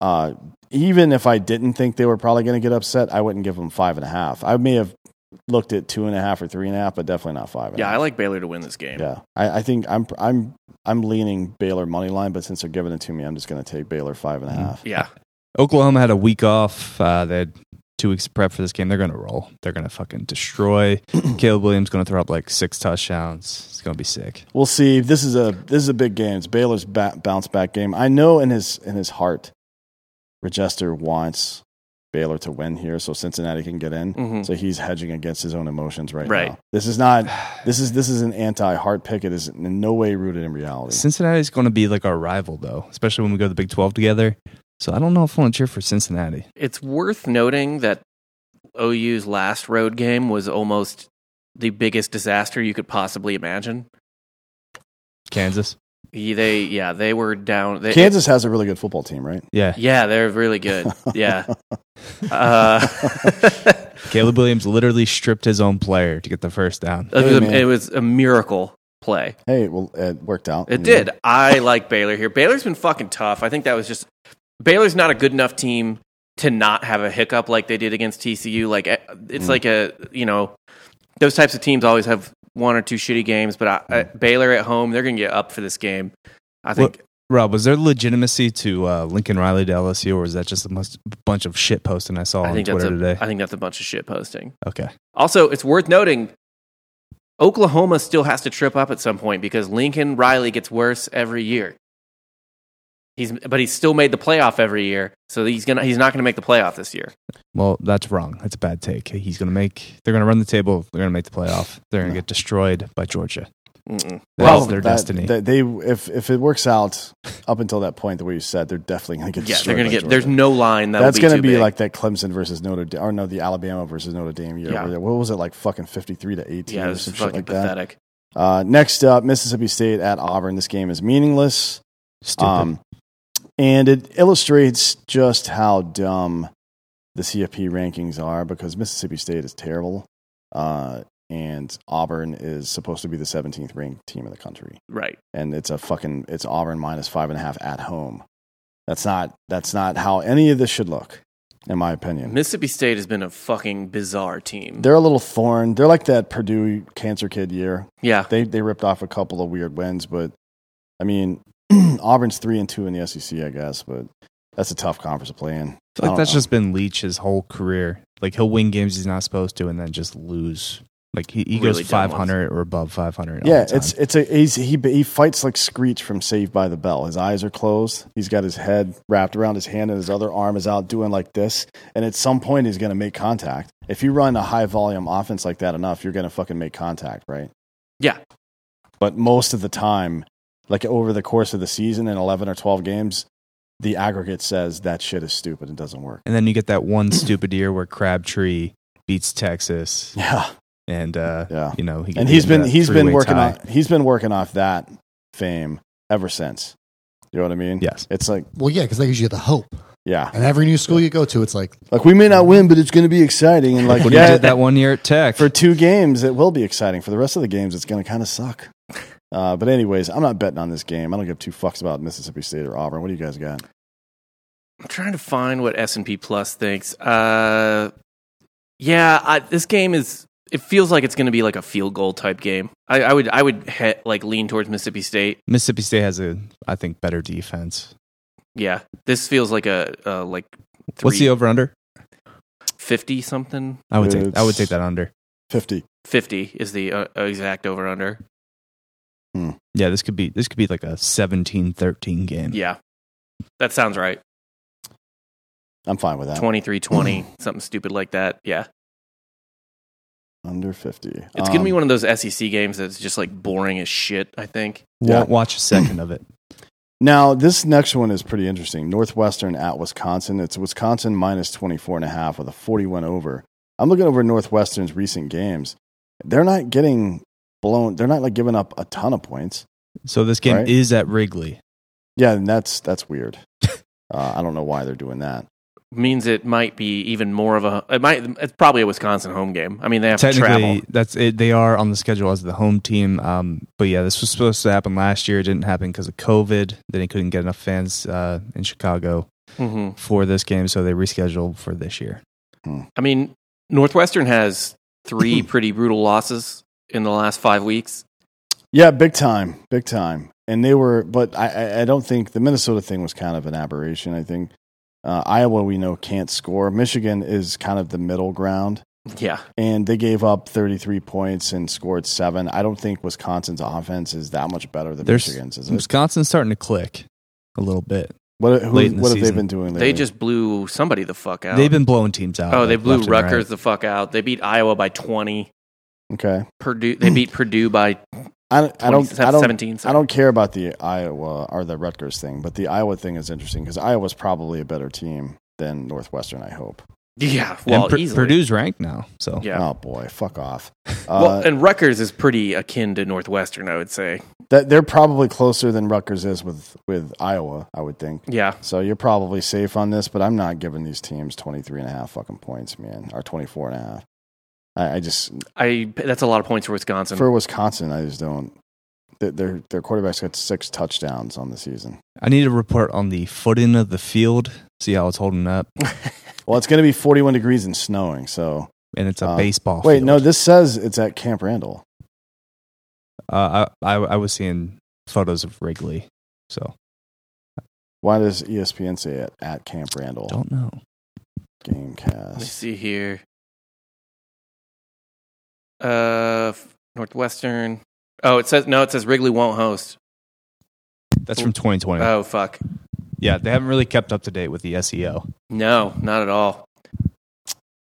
Speaker 3: Uh, even if I didn't think they were probably going to get upset, I wouldn't give them five and a half. I may have looked at two and a half or three and a half, but definitely not five. and a
Speaker 2: Yeah, I
Speaker 3: half.
Speaker 2: like Baylor to win this game.
Speaker 3: Yeah, I, I think I'm I'm I'm leaning Baylor money line, but since they're giving it to me, I'm just going to take Baylor five and a
Speaker 5: Mhm.
Speaker 3: half.
Speaker 2: Yeah.
Speaker 5: Oklahoma had a week off. Uh, they had two weeks of prep for this game. They're going to roll. They're going to fucking destroy. Caleb Williams going to throw up like six touchdowns. It's going to be sick.
Speaker 3: We'll see. This is a this is a big game. It's Baylor's ba- bounce back game. I know in his in his heart, Register wants Baylor to win here so Cincinnati can get in.
Speaker 2: Mhm.
Speaker 3: So he's hedging against his own emotions right,
Speaker 2: Right.
Speaker 3: now. This is not this is this is an anti heart pick. It is in no way rooted in reality.
Speaker 5: Cincinnati's going to be like our rival though, especially when we go to the Big Twelve together. So I don't know if I want to cheer for Cincinnati.
Speaker 2: It's worth noting that OU's last road game was almost the biggest disaster you could possibly imagine.
Speaker 5: Kansas.
Speaker 2: He- They yeah, they were down they,
Speaker 3: Kansas has a really good football team, right?
Speaker 5: Yeah.
Speaker 2: Yeah, they're really good. Yeah. uh,
Speaker 5: Caleb Williams literally stripped his own player to get the first down.
Speaker 2: it, was
Speaker 3: man.
Speaker 2: a, it was a miracle play.
Speaker 3: Hey, well, it worked out.
Speaker 2: It did. I like Baylor here. Baylor's been fucking tough. I think that was just Baylor's not a good enough team to not have a hiccup like they did against TCU. Like eh, it's
Speaker 3: Mm.
Speaker 2: like a you know those types of teams always have one or two shitty games, but I, I, Baylor at home they're gonna get up for this game. I think
Speaker 5: Rob, was there legitimacy to uh, Lincoln Riley to LSU, or was that just a must- bunch of shit posting I saw
Speaker 2: I
Speaker 5: on
Speaker 2: think that's
Speaker 5: Twitter
Speaker 2: a,
Speaker 5: today?
Speaker 2: I think that's a bunch of shit posting.
Speaker 5: okay.
Speaker 2: Also, it's worth noting Oklahoma still has to trip up at some point because Lincoln Riley gets worse every year. He's but he's still made the playoff every year, so he's gonna he's not gonna make the playoff this year.
Speaker 5: Well, that's wrong. That's a bad take. He's going to make. They're going to run the table. They're going to make the playoff. They're going to get destroyed by Georgia.
Speaker 2: Mm-mm.
Speaker 5: That
Speaker 3: Well,
Speaker 5: was their
Speaker 3: that-
Speaker 5: destiny.
Speaker 3: that they if if it works out up until that point the way you said they're definitely going to get
Speaker 2: Yeah, they're
Speaker 3: destroyed
Speaker 2: gonna
Speaker 3: by
Speaker 2: get.
Speaker 3: Georgia.
Speaker 2: There's no line that'll
Speaker 3: That's
Speaker 2: going to
Speaker 3: be like that Clemson versus Notre Dame or no the Alabama versus Notre Dame year.
Speaker 2: Yeah.
Speaker 3: where they- What was it like fucking 53 to 18
Speaker 2: yeah,
Speaker 3: or
Speaker 2: it's
Speaker 3: some
Speaker 2: fucking
Speaker 3: shit like that.
Speaker 2: pathetic.
Speaker 3: Uh, next up Mississippi State at Auburn. This game is meaningless. Um,
Speaker 5: Stupid.
Speaker 4: Um,
Speaker 3: and it illustrates just how dumb the CFP rankings are because Mississippi State is terrible, uh, and Auburn is supposed to be the 17th ranked team in the country,
Speaker 2: Right.
Speaker 3: and it's a fucking it's Auburn minus five and a half at home. That's not that's not how any of this should look, in my opinion.
Speaker 2: Mississippi State has been a fucking bizarre team.
Speaker 3: They're a little thorn. They're like that Purdue cancer kid year
Speaker 2: yeah.
Speaker 3: they they ripped off a couple of weird wins, but I mean Auburn's three and two in the SEC, I guess, but that's a tough conference to play in. I
Speaker 5: I feel like
Speaker 3: don't
Speaker 5: that's
Speaker 3: know.
Speaker 5: just been Leach his whole career. Like he'll win games he's not supposed to, and then just lose. Like he, he
Speaker 2: Really
Speaker 5: goes
Speaker 2: dumb
Speaker 5: five
Speaker 2: ones.
Speaker 5: hundred or above five hundred.
Speaker 3: yeah, it's it's a he's, he he fights like Screech from Saved by the Bell. His eyes are closed. He's got his head wrapped around his hand, and his other arm is out doing like this. And at some point, he's going to make contact. If you run a high volume offense like that enough, you're going to fucking make contact, right?
Speaker 2: Yeah.
Speaker 3: but most of the time, like over the course of the season in 11 or 12 games, the aggregate says that shit is stupid and doesn't work.
Speaker 5: and then you get that one stupid year where Crabtree beats Texas,
Speaker 3: Yeah.
Speaker 5: and uh,
Speaker 3: Yeah.
Speaker 5: you know he
Speaker 3: And he's
Speaker 5: he ended
Speaker 3: been
Speaker 5: up
Speaker 3: he's been
Speaker 5: three-way
Speaker 3: working
Speaker 5: tie.
Speaker 3: on he's been working off that fame ever since. You know what I mean?
Speaker 5: Yes.
Speaker 3: It's like
Speaker 4: Well, yeah, because that gives you the hope.
Speaker 3: yeah.
Speaker 4: And every new school you go to, it's like,
Speaker 3: Like we may not win, but it's going to be exciting and like
Speaker 5: when he
Speaker 3: yeah,
Speaker 5: did that one year at Tech.
Speaker 3: for two games it will be exciting. For the rest of the games it's going to kind of suck. Uh, but anyways, I'm not betting on this game. I don't give two fucks about Mississippi State or Auburn. What do you guys got?
Speaker 2: I'm trying to find what S and P Plus thinks. Uh, yeah, I, this game is. It feels like it's going to be like a field goal type game. I, I would, I would he, like lean towards Mississippi State.
Speaker 5: Mississippi State has a, I think, better defense.
Speaker 2: Yeah, this feels like a uh, like
Speaker 5: What's the over under?
Speaker 2: fifty something.
Speaker 5: I would take I
Speaker 3: It's-
Speaker 5: would take that under.
Speaker 3: 50.
Speaker 2: Fifty is the uh, exact over under.
Speaker 5: Yeah, this could be this could be like a 17-13 game.
Speaker 2: Yeah, that sounds right.
Speaker 3: I'm fine with that.
Speaker 2: 23-20, something stupid like that. Yeah,
Speaker 3: Under Um, 50. It's
Speaker 2: it's
Speaker 5: Um,
Speaker 2: gonna be one of those SEC games that's just like boring as shit. I think.
Speaker 5: Won't watch a second of it.
Speaker 3: Now, this next one is pretty interesting. Northwestern at Wisconsin. It's Wisconsin minus 24 and a half with a 41 over. I'm looking over Northwestern's recent games. They're not getting blown. They're not like giving up a ton of points.
Speaker 5: So this game
Speaker 3: Right.
Speaker 5: is at Wrigley.
Speaker 3: Yeah, and that's that's weird. uh, I don't know why they're doing that.
Speaker 2: means it might be even more of a it might it's probably a Wisconsin home game. I mean they have to travel.
Speaker 5: Technically, that's it. They are on the schedule as the home team. Um, but yeah, this was supposed to happen last year. It didn't happen because of COVID. Then they couldn't get enough fans uh, in Chicago
Speaker 2: hmm
Speaker 5: for this game, so they rescheduled for this year.
Speaker 2: I mean Northwestern has three pretty brutal losses in the last 5 weeks.
Speaker 3: Yeah, big time, big time. And they were, but I, I, I don't think the Minnesota thing was kind of an aberration. I think uh, Iowa, we know, can't score. Michigan is kind of the middle ground.
Speaker 2: Yeah.
Speaker 3: and they gave up 33 points and scored seven. I don't think Wisconsin's offense is that much better than
Speaker 5: There's-
Speaker 3: Michigan's. Is it?
Speaker 5: Wisconsin's starting to click a little bit.
Speaker 3: What, who,
Speaker 5: late in the
Speaker 3: what have they
Speaker 5: season.
Speaker 3: been doing lately?
Speaker 2: They just blew somebody the fuck out.
Speaker 5: They've been blowing teams out.
Speaker 2: Oh,
Speaker 5: like,
Speaker 2: they blew
Speaker 5: left and right.
Speaker 2: Rutgers the fuck out. They beat Iowa by 20.
Speaker 3: okay.
Speaker 2: Purdue they beat Purdue by
Speaker 3: I, don't- I don't. I
Speaker 2: 27,
Speaker 3: don't.
Speaker 2: 17.
Speaker 3: I don't care about the Iowa or the Rutgers thing, but the Iowa thing is interesting because Iowa's probably a better team than Northwestern. I hope.
Speaker 2: Yeah,
Speaker 5: And
Speaker 2: well,
Speaker 5: Pur-
Speaker 2: easily.
Speaker 5: Purdue's ranked now, so
Speaker 2: Yeah.
Speaker 3: Oh boy, fuck off. Uh,
Speaker 5: Oh,
Speaker 2: well, and Rutgers is pretty akin to Northwestern, I would say.
Speaker 3: that they're probably closer than Rutgers is with with Iowa. I would think.
Speaker 2: Yeah.
Speaker 3: So you're probably safe on this, but I'm not giving these teams 23 and a half fucking points, man, or 24 and a half. I, I just
Speaker 2: I that's a lot of points for Wisconsin.
Speaker 3: for Wisconsin, I just don't. th- Their their quarterback's got six touchdowns on the season.
Speaker 5: I need a report on the footing of the field. See how it's holding up,
Speaker 3: Well, it's going to be 41 degrees and snowing. So
Speaker 5: and it's a
Speaker 3: Uh,
Speaker 5: baseball.
Speaker 3: wait,
Speaker 5: field.
Speaker 3: no, this says it's at Camp Randall.
Speaker 5: Uh, I, I I was seeing photos of Wrigley, so
Speaker 3: Why does E ESPN say it at Camp Randall?
Speaker 5: don't know.
Speaker 2: Let me
Speaker 3: Gamecast.
Speaker 2: see here. Uh, Northwestern. Oh, it says no. It says Wrigley won't host.
Speaker 5: That's from 2020.
Speaker 2: Oh fuck.
Speaker 5: yeah, they haven't really kept up to date with the E SEO.
Speaker 2: No, not at all.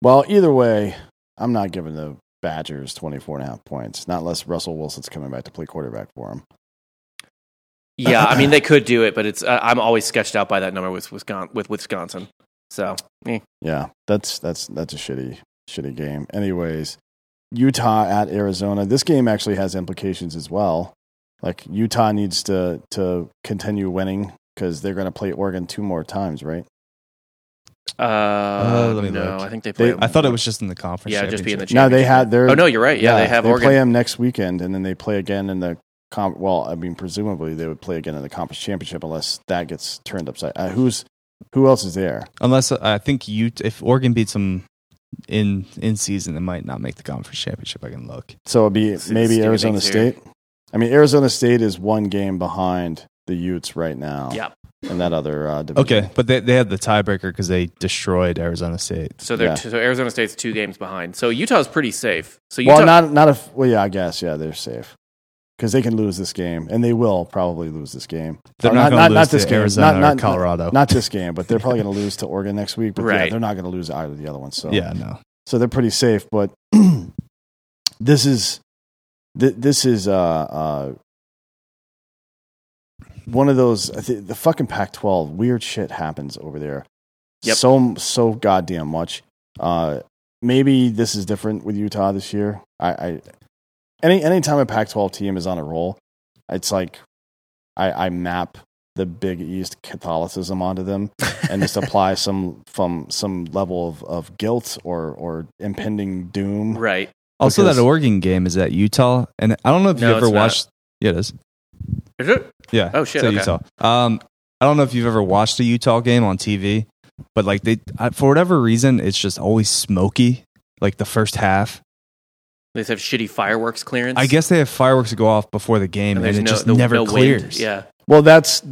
Speaker 3: Well, either way, I'm not giving the Badgers 24 and a half points, not unless Russell Wilson's coming back to play quarterback for him.
Speaker 2: Yeah, I mean they could do it, but it's uh, I'm always sketched out by that number with Wisconsin. With Wisconsin, so eh.
Speaker 3: Yeah, that's that's that's a shitty shitty game. Anyways, Utah at Arizona. This game actually has implications as well. Like Utah needs to to continue winning because they're going to play Oregon two more times, right?
Speaker 2: uh,
Speaker 5: let me
Speaker 2: no,
Speaker 5: look.
Speaker 2: I think they play.
Speaker 3: They-
Speaker 5: I thought it was just in the conference.
Speaker 2: Yeah, just be in the
Speaker 5: championship.
Speaker 2: championship.
Speaker 3: No, they had their.
Speaker 2: Oh no, you're right. Yeah, they have Oregon.
Speaker 3: play them next weekend, and then they play again in the. Com- well, I mean, presumably they would play again in the conference championship unless that gets turned upside. Uh, who's who else is there?
Speaker 5: Unless uh, I think you, if Oregon beats them in in season, they might not make the conference championship. I can look.
Speaker 3: So it'd be
Speaker 2: It's- it's
Speaker 3: maybe
Speaker 2: stupid
Speaker 3: Arizona
Speaker 2: things here.
Speaker 3: State. I mean, Arizona State is one game behind the Utes right now.
Speaker 2: Yeah.
Speaker 3: And that other uh, division.
Speaker 5: Okay, but they they had the tiebreaker because they destroyed Arizona State.
Speaker 2: So they're
Speaker 3: Yeah.
Speaker 2: so Arizona State's two games behind. So Utah's pretty safe. So Utah,
Speaker 3: Well, not not if. Well, yeah, I guess yeah, they're safe because they can lose this game, and they will probably lose this game. Uh,
Speaker 5: They're
Speaker 3: Or
Speaker 5: not gonna lose to
Speaker 3: game,
Speaker 5: Arizona or Colorado.
Speaker 3: Not, this game, but they're probably going to lose to Oregon next week. But yeah,
Speaker 2: Right.
Speaker 3: they're not going to lose either of the other ones. So
Speaker 5: Yeah, no.
Speaker 3: so they're pretty safe. But this is th- this is uh, uh, one of those I thi- the fucking Pac-12 weird shit happens over there.
Speaker 2: Yep.
Speaker 3: So so goddamn much. Uh, maybe this is different with Utah this year. I, I any anytime a Pac-12 team is on a roll, it's like I, I map the Big East Catholicism onto them and just apply some from some level of, of guilt or or impending doom.
Speaker 2: right.
Speaker 5: Also,
Speaker 3: Because-
Speaker 5: that Oregon game is at Utah, and I don't know if
Speaker 2: No,
Speaker 5: you ever
Speaker 2: it's not.
Speaker 5: watched. Yeah, it is.
Speaker 2: Is it?
Speaker 5: Yeah.
Speaker 2: Oh, shit,
Speaker 5: So
Speaker 2: okay.
Speaker 5: Utah. Um, I don't know if you've ever watched a Utah game on TV, but like they, I, for whatever reason, it's just always smoky. Like the first half,
Speaker 2: They just have shitty fireworks clearance.
Speaker 5: I guess they have fireworks to go off before the game, and,
Speaker 2: there's
Speaker 5: it just
Speaker 2: the-
Speaker 5: never
Speaker 2: no wind.
Speaker 5: clears.
Speaker 2: Yeah.
Speaker 3: Well, that's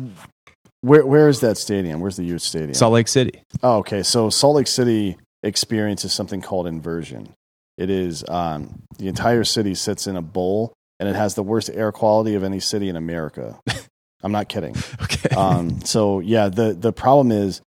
Speaker 3: where where is that stadium? Where's the youth stadium?
Speaker 5: Salt Lake City.
Speaker 3: oh, okay. So Salt Lake City experiences something called inversion. It is um, the entire city sits in a bowl, and it has the worst air quality of any city in America. I'm not kidding.
Speaker 5: Okay.
Speaker 3: um, so yeah, the the problem is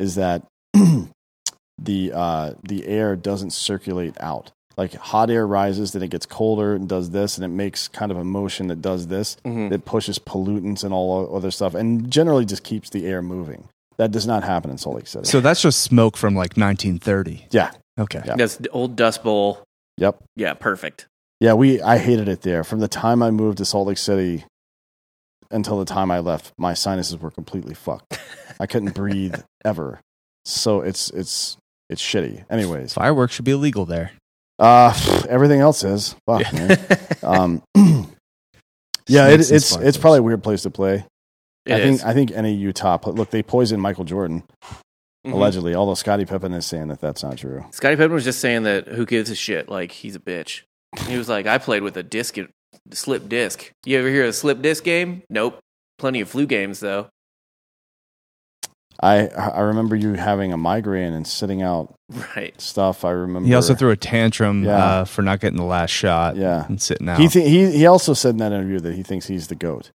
Speaker 3: is that the uh, the air doesn't circulate out. Like hot air rises, then it gets colder and does this, and it makes kind of a motion that does this.
Speaker 2: Mhm.
Speaker 3: That pushes pollutants and all o- other stuff, and generally just keeps the air moving. That does not happen in Salt Lake City.
Speaker 5: so that's just smoke from like 1930.
Speaker 3: yeah,
Speaker 5: Okay.
Speaker 3: Yeah.
Speaker 2: That's the old Dust Bowl.
Speaker 3: yep,
Speaker 2: Yeah, perfect.
Speaker 3: yeah. We I hated it there from the time I moved to Salt Lake City until the time I left. My sinuses were completely fucked. I couldn't breathe ever. So it's it's it's shitty. Anyways,
Speaker 5: Fireworks should be illegal there.
Speaker 3: Uh, pff, everything else is. Fuck, man. Um, yeah, it,
Speaker 5: Snakes and
Speaker 3: it's it's
Speaker 5: sparklers.
Speaker 3: probably a weird place to play. I
Speaker 2: It
Speaker 3: think
Speaker 2: is.
Speaker 3: I think any Utah. pl- Look, they poisoned Michael Jordan
Speaker 2: Mhm.
Speaker 5: Mm-hmm.
Speaker 3: allegedly, although Scottie Pippen is saying that that's not true.
Speaker 2: Scottie Pippen was just saying that who gives a shit? Like he's a bitch. He was like, I played with a disc, slip disc. You ever hear of a slip disc game? Nope. Plenty of flu games though.
Speaker 3: I I remember you having a migraine and sitting out
Speaker 2: Right.
Speaker 3: stuff. I remember.
Speaker 5: He also threw a tantrum
Speaker 3: Yeah.
Speaker 5: uh, for not getting the last shot.
Speaker 3: Yeah.
Speaker 5: And sitting out.
Speaker 3: He thi- he he also said in that interview that he thinks he's the goat.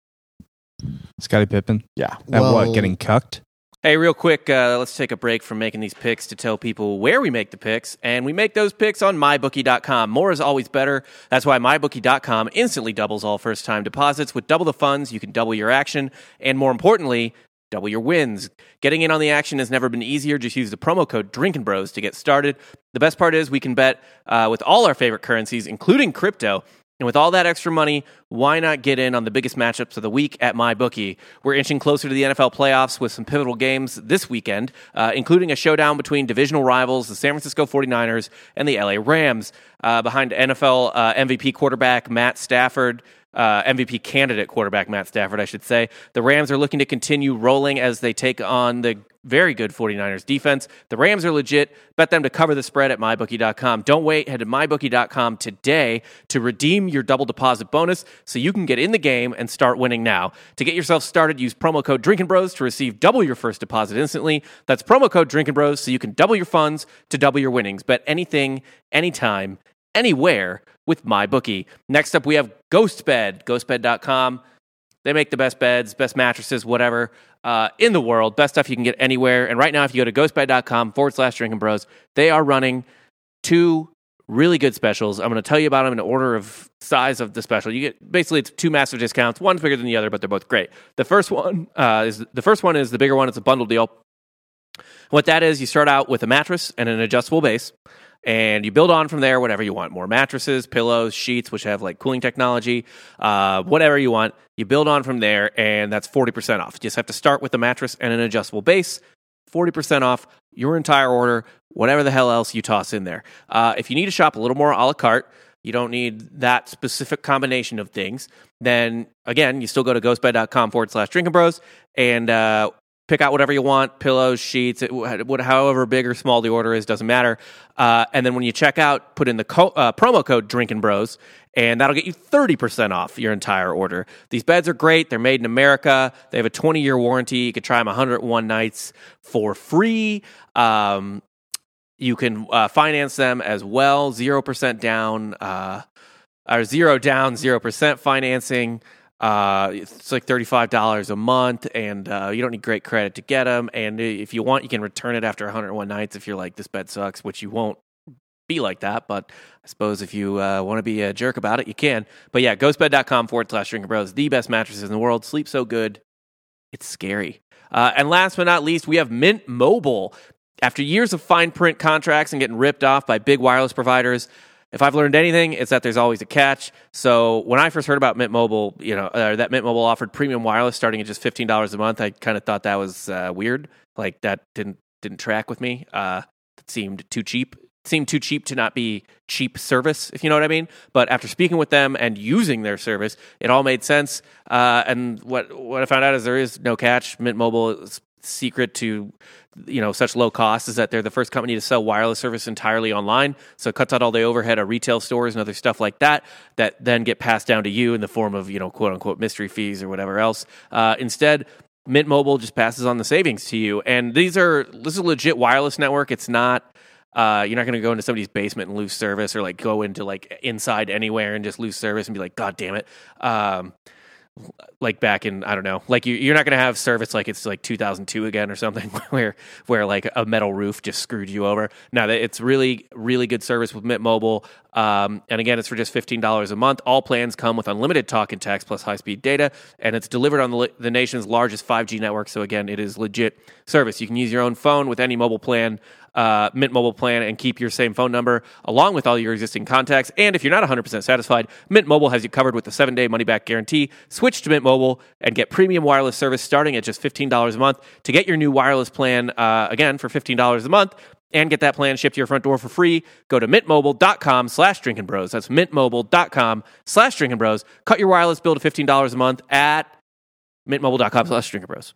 Speaker 5: Scottie Pippen.
Speaker 3: Yeah.
Speaker 5: At
Speaker 4: Well-
Speaker 5: what? Getting cucked?
Speaker 2: Hey, real quick, uh, let's take a break from making these picks to tell people where we make the picks, and we make those picks on mybookie.com. More is always better. That's why mybookie.com instantly doubles all first time deposits. With double the funds, you can double your action, and more importantly, double your wins. Getting in on the action has never been easier. Just use the promo code Drinking Bros to get started. The best part is we can bet uh, with all our favorite currencies, including crypto. And with all that extra money, why not get in on the biggest matchups of the week at MyBookie? We're inching closer to the NFL playoffs with some pivotal games this weekend, uh, including a showdown between divisional rivals, the San Francisco 49ers and the LA Rams. Uh, behind NFL uh, MVP quarterback Matt Stafford, uh, MVP candidate quarterback Matt Stafford, I should say. The Rams are looking to continue rolling as they take on the very good 49ers defense. The Rams are legit. Bet them to cover the spread at mybookie.com. Don't wait. Head to mybookie.com today to redeem your double deposit bonus so you can get in the game and start winning now. To get yourself started, use promo code Drinking Bros to receive double your first deposit instantly. That's promo code Drinking Bros so you can double your funds to double your winnings. Bet anything, anytime, anywhere with MyBookie. Next up, we have GhostBed, ghostbed.com. They make the best beds, best mattresses, whatever uh, in the world. Best stuff you can get anywhere. And right now, if you go to ghostbed.com forward slash drinking bros, they are running two Really good specials. I'm going to tell you about them in order of size of the special. You get basically it's two massive discounts. One's bigger than the other, but they're both great. The first one uh, is the first one is the bigger one. It's a bundle deal. What that is, you start out with a mattress and an adjustable base, and you build on from there. Whatever you want, more mattresses, pillows, sheets, which have like cooling technology, uh, whatever you want. You build on from there, and that's forty percent off. You just have to start with a mattress and an adjustable base. 40% off your entire order, whatever the hell else you toss in there. Uh, if you need to shop a little more a la carte, you don't need that specific combination of things, then again, you still go to ghostbed.com forward slash drinking bros and uh, pick out whatever you want pillows, sheets, it, what, however big or small the order is, doesn't matter. Uh, and then when you check out, put in the co- uh, promo code drinking bros and that'll get you 30% off your entire order. These beds are great. They're made in America. They have a 20 year warranty. You can try them 101 nights for free. Um, you can uh, finance them as well 0% down, uh, or zero down, 0% financing. Uh, it's like $35 a month, and uh, you don't need great credit to get them. And if you want, you can return it after 101 nights if you're like, this bed sucks, which you won't be like that, but I suppose if you uh, want to be a jerk about it, you can. But yeah, ghostbed.com forward slash drinking bros, the best mattresses in the world. Sleep so good, it's scary. Uh, and last but not least, we have Mint Mobile. After years of fine print contracts and getting ripped off by big wireless providers, if I've learned anything, it's that there's always a catch. So when I first heard about Mint Mobile, you know, uh, that Mint Mobile offered premium wireless starting at just $15 a month, I kind of thought that was uh, weird. Like that didn't didn't track with me. Uh, it seemed too cheap seem too cheap to not be cheap service, if you know what I mean. But after speaking with them and using their service, it all made sense. Uh, and what what I found out is there is no catch. Mint Mobile's secret to you know such low cost is that they're the first company to sell wireless service entirely online so it cuts out all the overhead of retail stores and other stuff like that that then get passed down to you in the form of you know quote unquote mystery fees or whatever else uh, instead mint mobile just passes on the savings to you and these are this is a legit wireless network it's not uh, you're not going to go into somebody's basement and lose service or like go into like inside anywhere and just lose service and be like, God damn it. Um, like back in I don't know, like you, you're not going to have service like it's like 2002 again or something where where like a metal roof just screwed you over. Now that it's really really good service with Mint Mobile, um, and again it's for just fifteen dollars a month. All plans come with unlimited talk and text plus high speed data, and it's delivered on the, the nation's largest 5G network. So again, it is legit service. You can use your own phone with any mobile plan. Uh, Mint Mobile plan and keep your same phone number along with all your existing contacts. And if you're not 100% satisfied, Mint Mobile has you covered with a seven day money back guarantee. Switch to Mint Mobile and get premium wireless service starting at just $15 a month. To get your new wireless plan, uh, again, for $15 a month, and get that plan shipped to your front door for free, go to mintmobile.com slash drinking bros. That's mintmobile.com slash drinking bros. Cut your wireless bill to $15 a month at mintmobile.com slash drinking bros.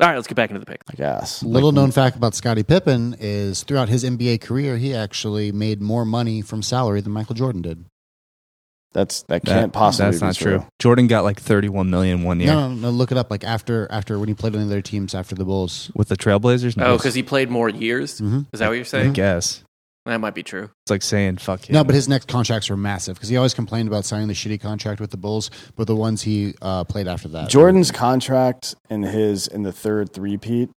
Speaker 2: All right, let's get back into the pick.
Speaker 3: I guess.
Speaker 4: Little known fact about Scottie Pippen is throughout his NBA career, he actually made more money from salary than Michael Jordan did.
Speaker 3: That's that can't possibly
Speaker 5: That's
Speaker 3: be
Speaker 5: not true. Jordan got like 31 million one year
Speaker 4: No, no, no, look it up. Like after after when he played on the other teams after the Bulls.
Speaker 5: with the Trailblazers.
Speaker 2: Oh, because he played more years?
Speaker 5: Mm-hmm.
Speaker 4: Mhm.
Speaker 2: Is that what you're
Speaker 5: I
Speaker 2: saying?
Speaker 5: guess
Speaker 2: That might be true.
Speaker 5: it's like saying fuck him.
Speaker 4: No, but his next contracts were massive because he always complained about signing the shitty contract with the Bulls, but the ones he uh, played after that.
Speaker 3: Jordan's contract and his in the third threepeat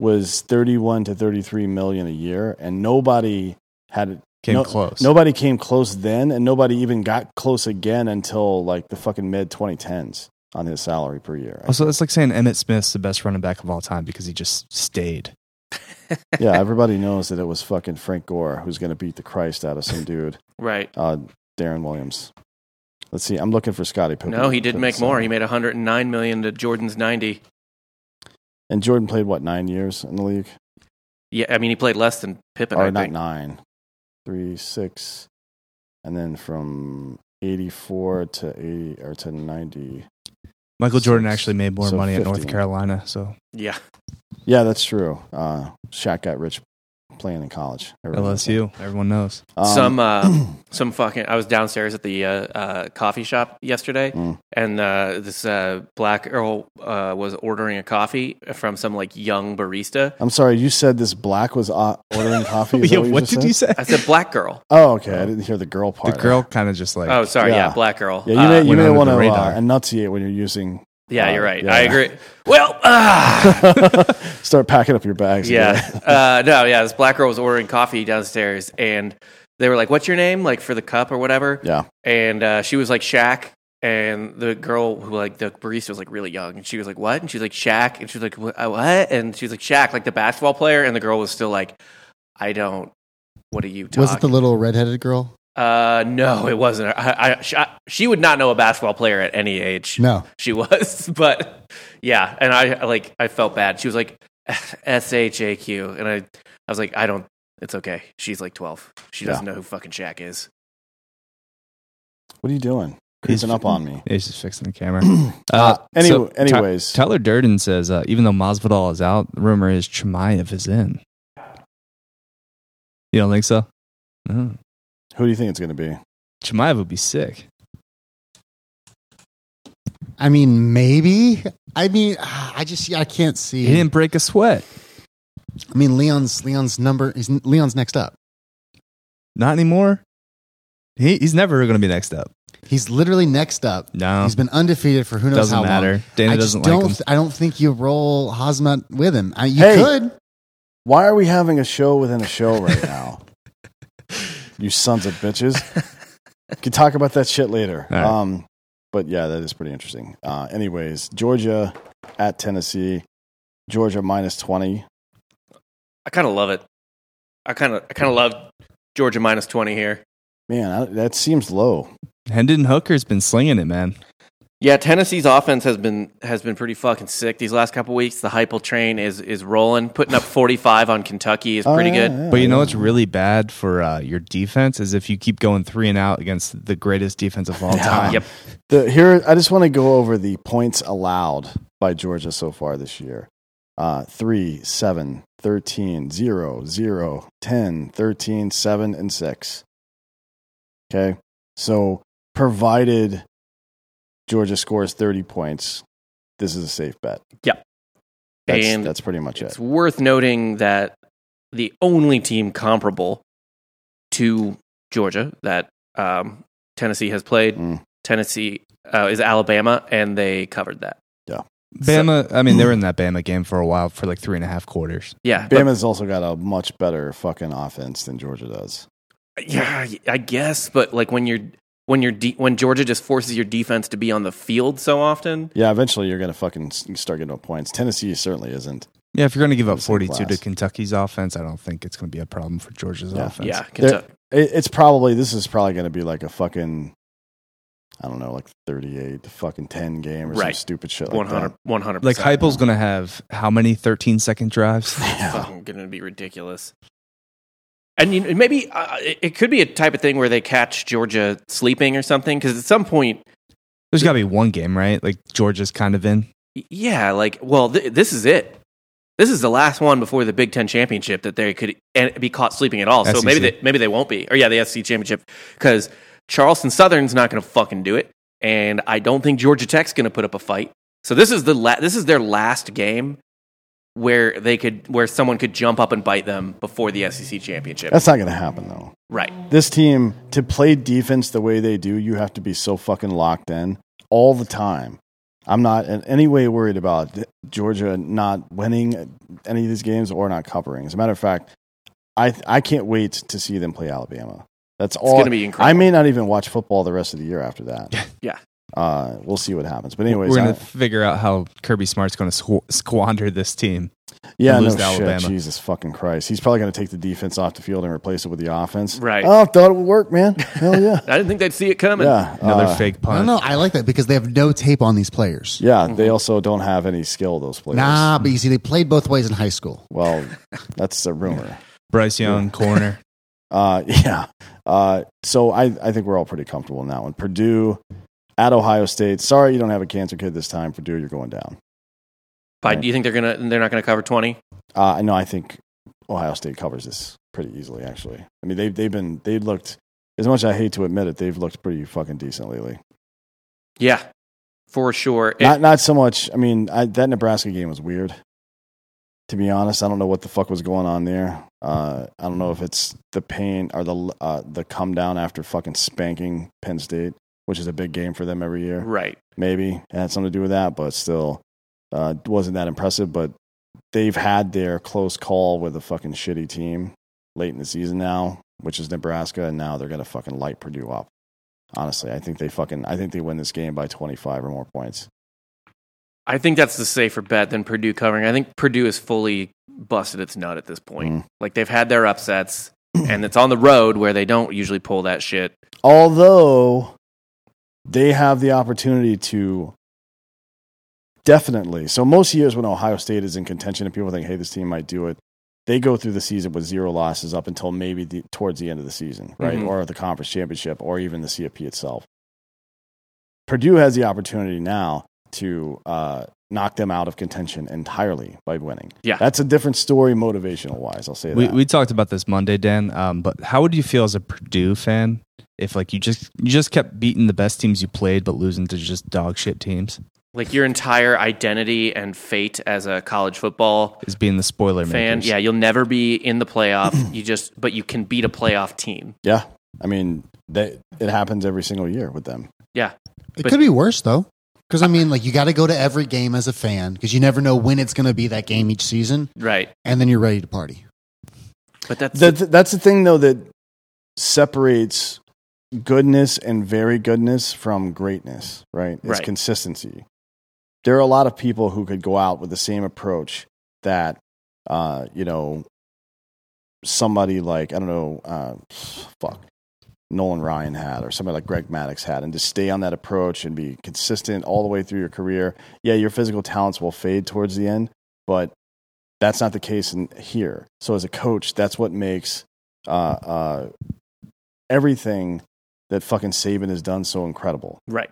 Speaker 3: was 31 to 33 million a year, and nobody had
Speaker 5: came
Speaker 3: no-
Speaker 5: close.
Speaker 3: Nobody came close then, and nobody even got close again until like the fucking mid 2010s on his salary per year.
Speaker 5: Also, that's like saying Emmett Smith's the best running back of all time because he just stayed.
Speaker 3: yeah, everybody knows that it was fucking Frank Gore who's going to beat the Christ out of some dude,
Speaker 2: Right.
Speaker 3: uh, Darren Williams. Let's see. I'm looking for Scotty Pippen.
Speaker 2: No, he did make
Speaker 3: Pippen,
Speaker 2: more.
Speaker 3: so-
Speaker 2: He made 109 million to Jordan's 90.
Speaker 3: and Jordan played what nine years in the league?
Speaker 2: Yeah, I mean he played less than Pippen.
Speaker 3: or
Speaker 2: I
Speaker 3: not
Speaker 2: think.
Speaker 3: nine, three, six, and then from eighty-four to eighty or to ninety.
Speaker 5: Michael Jordan
Speaker 3: Six.
Speaker 5: actually made more
Speaker 3: So
Speaker 5: money at North
Speaker 3: 15.
Speaker 5: Carolina, so
Speaker 2: Yeah,
Speaker 3: Yeah, that's true. Uh, Shaq got rich playing in college. Everyone knows that.
Speaker 5: LSU, everyone knows.
Speaker 3: Um,
Speaker 2: some uh, some fucking. I was downstairs at the uh, uh, coffee shop yesterday,
Speaker 3: Mm.
Speaker 2: and uh, this uh, black girl uh, was ordering a coffee from some like young barista.
Speaker 3: I'm sorry, you said this black was uh, ordering coffee. Is that
Speaker 5: yeah,
Speaker 3: what you
Speaker 5: what
Speaker 3: just
Speaker 5: did
Speaker 3: said?
Speaker 5: you say?
Speaker 2: I said black girl.
Speaker 3: Oh, okay. I didn't hear the girl
Speaker 5: The
Speaker 3: part.
Speaker 5: girl kind of just like
Speaker 2: Oh, sorry, yeah,
Speaker 3: Yeah.
Speaker 2: black girl.
Speaker 3: Yeah, you
Speaker 2: Uh,
Speaker 3: may, you
Speaker 5: went
Speaker 3: may
Speaker 5: under
Speaker 3: want to
Speaker 5: the
Speaker 3: uh,
Speaker 5: radar.
Speaker 3: enunciate when you're using.
Speaker 2: yeah,
Speaker 3: uh,
Speaker 2: you're right.
Speaker 3: yeah.
Speaker 2: I agree. Well, ah!
Speaker 3: Start packing up your bags.
Speaker 2: Yeah. uh, no, yeah. This black girl was ordering coffee downstairs, and They were like, "What's your name?" Like for the cup or whatever.
Speaker 3: Yeah.
Speaker 2: And uh, she was like Shaq, and the girl who like the barista was like really young, and she was like, "What?" And she was like Shaq, and she was like, "Wha- uh, "What?" And she was like Shaq, like the basketball player, and the girl was still like, "I don't." What are you talking?
Speaker 4: Was it the little redheaded girl?
Speaker 2: Uh, no, it wasn't. I, I, she, I, she would not know a basketball player at any age.
Speaker 4: No.
Speaker 2: She was, but yeah, and I like I felt bad. She was like S H A Q, and I I was like I don't. It's okay. She's like twelve. She doesn't know who fucking Shaq is.
Speaker 3: What are you doing? Creeping up on me.
Speaker 5: He's just fixing the camera.
Speaker 3: Uh, any-
Speaker 5: so Ty-
Speaker 3: anyways,
Speaker 5: Tyler Durden says uh, even though Masvidal is out, the rumor is Chimaev is in. You don't think so? No.
Speaker 3: who do you think it's going to be?
Speaker 5: Chimaev would be sick.
Speaker 4: I mean, maybe. I mean, ah, I just I can't see.
Speaker 5: He didn't break a sweat.
Speaker 4: I mean, Leon's Leon's number. He's Leon's next up.
Speaker 5: Not anymore. He, he's never going to be next up.
Speaker 4: He's literally next up.
Speaker 5: No.
Speaker 4: He's been undefeated for who knows
Speaker 5: Doesn't
Speaker 4: how
Speaker 5: matter.
Speaker 4: long.
Speaker 5: Dana
Speaker 4: I just
Speaker 5: doesn't like
Speaker 4: don't,
Speaker 5: him.
Speaker 4: I don't think you roll Hazmat with him. I, you
Speaker 3: Hey.
Speaker 4: could.
Speaker 3: Why are we having a show within a show right now? you sons of bitches. We can talk about that shit later.
Speaker 5: All right.
Speaker 3: Um, but yeah, that is pretty interesting. Uh, anyways, Georgia at Tennessee. Georgia minus 20.
Speaker 2: I kind of love it. I kind of I kind of love Georgia minus twenty here.
Speaker 3: Man, I, that seems low.
Speaker 5: Hendon Hooker's been slinging it, man.
Speaker 2: Yeah, Tennessee's offense has been has been pretty fucking sick these last couple weeks. The Hypel train is is rolling, putting up forty five on Kentucky is pretty
Speaker 3: Oh, yeah,
Speaker 2: good. Um,
Speaker 3: yeah,
Speaker 5: But you know
Speaker 3: yeah.
Speaker 5: what's really bad for uh, your defense is if you keep going three and out against the greatest defense of all
Speaker 3: Yeah.
Speaker 5: time.
Speaker 2: Yep.
Speaker 3: The, here, I just want to go over the points allowed by Georgia so far this year uh, 3, 7, 13, 0, 0, 10, 13, 7, and 6. Okay. So, provided Georgia scores 30 points, this is a safe bet.
Speaker 2: Yep.
Speaker 3: That's,
Speaker 2: And
Speaker 3: that's pretty much it.
Speaker 2: It's worth noting that the only team comparable to Georgia that um, Tennessee has played,
Speaker 3: Mm.
Speaker 2: Tennessee uh, is Alabama, and they covered that.
Speaker 5: Bama, I mean, they were in that Bama game for a while for like three and a half quarters.
Speaker 2: Yeah, but-
Speaker 3: Bama's also got a much better fucking offense than Georgia does.
Speaker 2: yeah, I guess. But like when you're when you're de- when Georgia just forces your defense to be on the field so often,
Speaker 3: Yeah, eventually you're going to fucking s- start getting no points. Tennessee certainly isn't.
Speaker 5: Yeah, if you're going to give up
Speaker 3: Same
Speaker 5: 42 to
Speaker 3: class.
Speaker 5: Kentucky's offense, I don't think it's going to be a problem for Georgia's
Speaker 3: Yeah.
Speaker 5: offense.
Speaker 2: yeah,
Speaker 3: They're-
Speaker 2: Kentucky,
Speaker 3: It, it's probably this is probably going to be like a fucking I don't know, like thirty-eight to fucking ten game or some
Speaker 2: Right.
Speaker 3: stupid shit like
Speaker 2: 100
Speaker 3: that.
Speaker 2: 100
Speaker 5: Like Heupel's going to have how many 13 second drives?
Speaker 3: Yeah.
Speaker 2: fucking going to be ridiculous. And you know, maybe uh, it, it could be a type of thing where they catch Georgia sleeping or something because at some point
Speaker 5: There's got to be one game, right? Like Georgia's kind of in.
Speaker 2: Yeah, like, well, th- this is it. This is the last one before the Big Ten championship that they could and be caught sleeping at all. So
Speaker 3: E
Speaker 5: SEC.
Speaker 2: maybe they, maybe they won't be. Or yeah, the SEC championship because Charleston Southern's not going to fucking do it, and I don't think Georgia Tech's going to put up a fight. So this is the la- this is their last game where they could where someone could jump up and bite them before the SEC championship.
Speaker 3: That's not going to happen though.
Speaker 2: right.
Speaker 3: This team to play defense the way they do, you have to be so fucking locked in all the time. I'm not in any way worried about th- Georgia not winning any of these games or not covering. As a matter of fact, I I can't wait to see them play Alabama. That's all.
Speaker 2: gonna be incredible.
Speaker 3: I may not even watch football the rest of the year after that.
Speaker 2: Yeah.
Speaker 3: Uh, we'll see what happens. But anyways,
Speaker 5: we're going
Speaker 3: I-
Speaker 5: to figure out how Kirby Smart's going to squ- squander this team.
Speaker 3: Yeah, no
Speaker 5: and lose
Speaker 3: shit.
Speaker 5: to Alabama.
Speaker 3: Jesus fucking Christ. He's probably going to take the defense off the field and replace it with the offense.
Speaker 2: Right.
Speaker 3: Oh, thought it would work, man. Hell yeah.
Speaker 2: I didn't think they'd see it coming.
Speaker 3: yeah.
Speaker 5: Another
Speaker 3: uh,
Speaker 5: fake
Speaker 4: I don't
Speaker 5: punt.
Speaker 4: know. I like that because they have no tape on these players.
Speaker 3: Yeah, they also don't have any skill, those players.
Speaker 4: Nah, but you see, they played both ways in high school.
Speaker 3: Well, that's a rumor.
Speaker 5: Bryce Young, corner.
Speaker 3: Uh, yeah. Uh, so I, I think we're all pretty comfortable in that one. Purdue at Ohio State. Sorry you don't have a cancer kid this time. Purdue, you're going down.
Speaker 2: By, do you think they're gonna they're not gonna cover twenty?
Speaker 3: Uh, I know. I think Ohio State covers this pretty easily. Actually, I mean they've they've been they looked as much. as I hate to admit it, they've looked pretty fucking decent lately.
Speaker 2: Yeah, for sure. It-
Speaker 3: Not not so much. I mean I, that Nebraska game was weird. To be honest, I don't know what the fuck was going on there. Uh, I don't know if it's the pain or the uh, the come down after fucking spanking Penn State, which is a big game for them every year.
Speaker 2: right.
Speaker 3: maybe it had something to do with that, but still uh, wasn't that impressive. But they've had their close call with a fucking shitty team late in the season now, which is Nebraska, and now they're gonna fucking light Purdue up. Honestly, I think they fucking I think they win this game by twenty five or more points.
Speaker 2: I think that's the safer bet than Purdue covering. I think Purdue is fully busted its nut at this point.
Speaker 3: Mm.
Speaker 2: Like they've had their upsets, and it's on the road where they don't usually pull that shit.
Speaker 3: Although they have the opportunity to definitely. So most years when Ohio State is in contention and people think, hey, this team might do it, they go through the season with zero losses up until maybe the, towards the end of the season, right?
Speaker 2: Mhm.
Speaker 3: Or the conference championship or even the CFP itself. Purdue has the opportunity now to uh, knock them out of contention entirely by winning.
Speaker 2: Yeah.
Speaker 3: That's a different story motivational wise. I'll say
Speaker 5: We,
Speaker 3: that.
Speaker 5: we talked about this Monday, Dan. Um, but how would you feel as a Purdue fan if like you just you just kept beating the best teams you played, but losing to just dog shit teams?
Speaker 2: Like your entire identity and fate as a college football
Speaker 5: Is being the spoiler
Speaker 2: fan.
Speaker 5: makers.
Speaker 2: Yeah, you'll never be in the playoff. You just, but you can beat a playoff team.
Speaker 3: yeah. I mean, they, it happens every single year with them.
Speaker 4: It
Speaker 2: But-
Speaker 4: could be worse though, because I mean, like you got to go to every game as a fan because you never know when it's going to be that game each season,
Speaker 2: Right.
Speaker 4: and then you're ready to party.
Speaker 2: But that's,
Speaker 3: That, that's the thing, though, that separates goodness and very goodness from greatness, right? It's
Speaker 2: Right.
Speaker 3: consistency. There are a lot of people who could go out with the same approach that, uh, you know, somebody like, I don't know, uh, fuck, Nolan Ryan had or somebody like Greg Maddox had, and just stay on that approach and be consistent all the way through your career. Yeah, your physical talents will fade towards the end, but that's not the case in here. So as a coach, that's what makes uh, uh, everything that fucking Saban has done so incredible.
Speaker 2: right.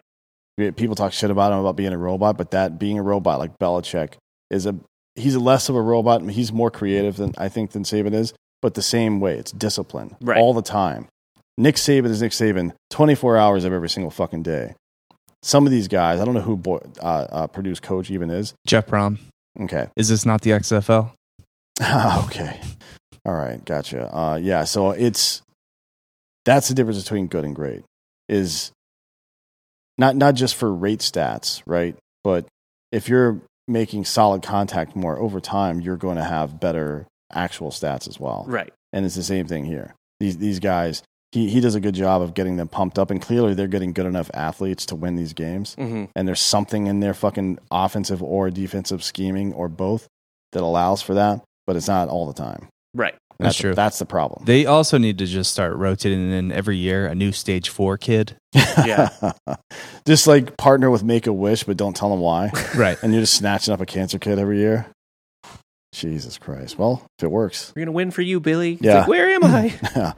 Speaker 3: Yeah, People talk shit about him about being a robot, but that being a robot like Belichick is a he's less of a robot. and He's more creative than I think than Saban is, but the same way, it's discipline
Speaker 2: Right.
Speaker 3: all the time. Nick Saban is Nick Saban, twenty four hours of every single fucking day. Some of these guys, I don't know who boy, uh, uh, Purdue's coach even is.
Speaker 5: Jeff Brom.
Speaker 3: Okay,
Speaker 5: Is this not the XFL?
Speaker 3: okay. All right. Gotcha. Uh, yeah. So it's that's the difference between good and great is not not just for rate stats, right? But if you're making solid contact more over time, you're going to have better actual stats as well.
Speaker 2: Right.
Speaker 3: And it's the same thing here. These these guys, he he does a good job of getting them pumped up, and clearly they're getting good enough athletes to win these games
Speaker 2: hmm
Speaker 3: and there's something in their fucking offensive or defensive scheming or both that allows for that, but it's not all the time.
Speaker 2: Right.
Speaker 3: And
Speaker 5: That's
Speaker 3: the-
Speaker 5: true.
Speaker 3: that's the problem.
Speaker 5: They also need to just start rotating in every year a new stage four kid.
Speaker 2: Yeah.
Speaker 3: just like partner with Make a Wish, but don't tell them why,
Speaker 5: Right.
Speaker 3: and you're just snatching up a cancer kid every year. Jesus Christ. Well, if it works,
Speaker 2: We're going to win for you, Billy. It's
Speaker 3: Yeah.
Speaker 2: like, where am I?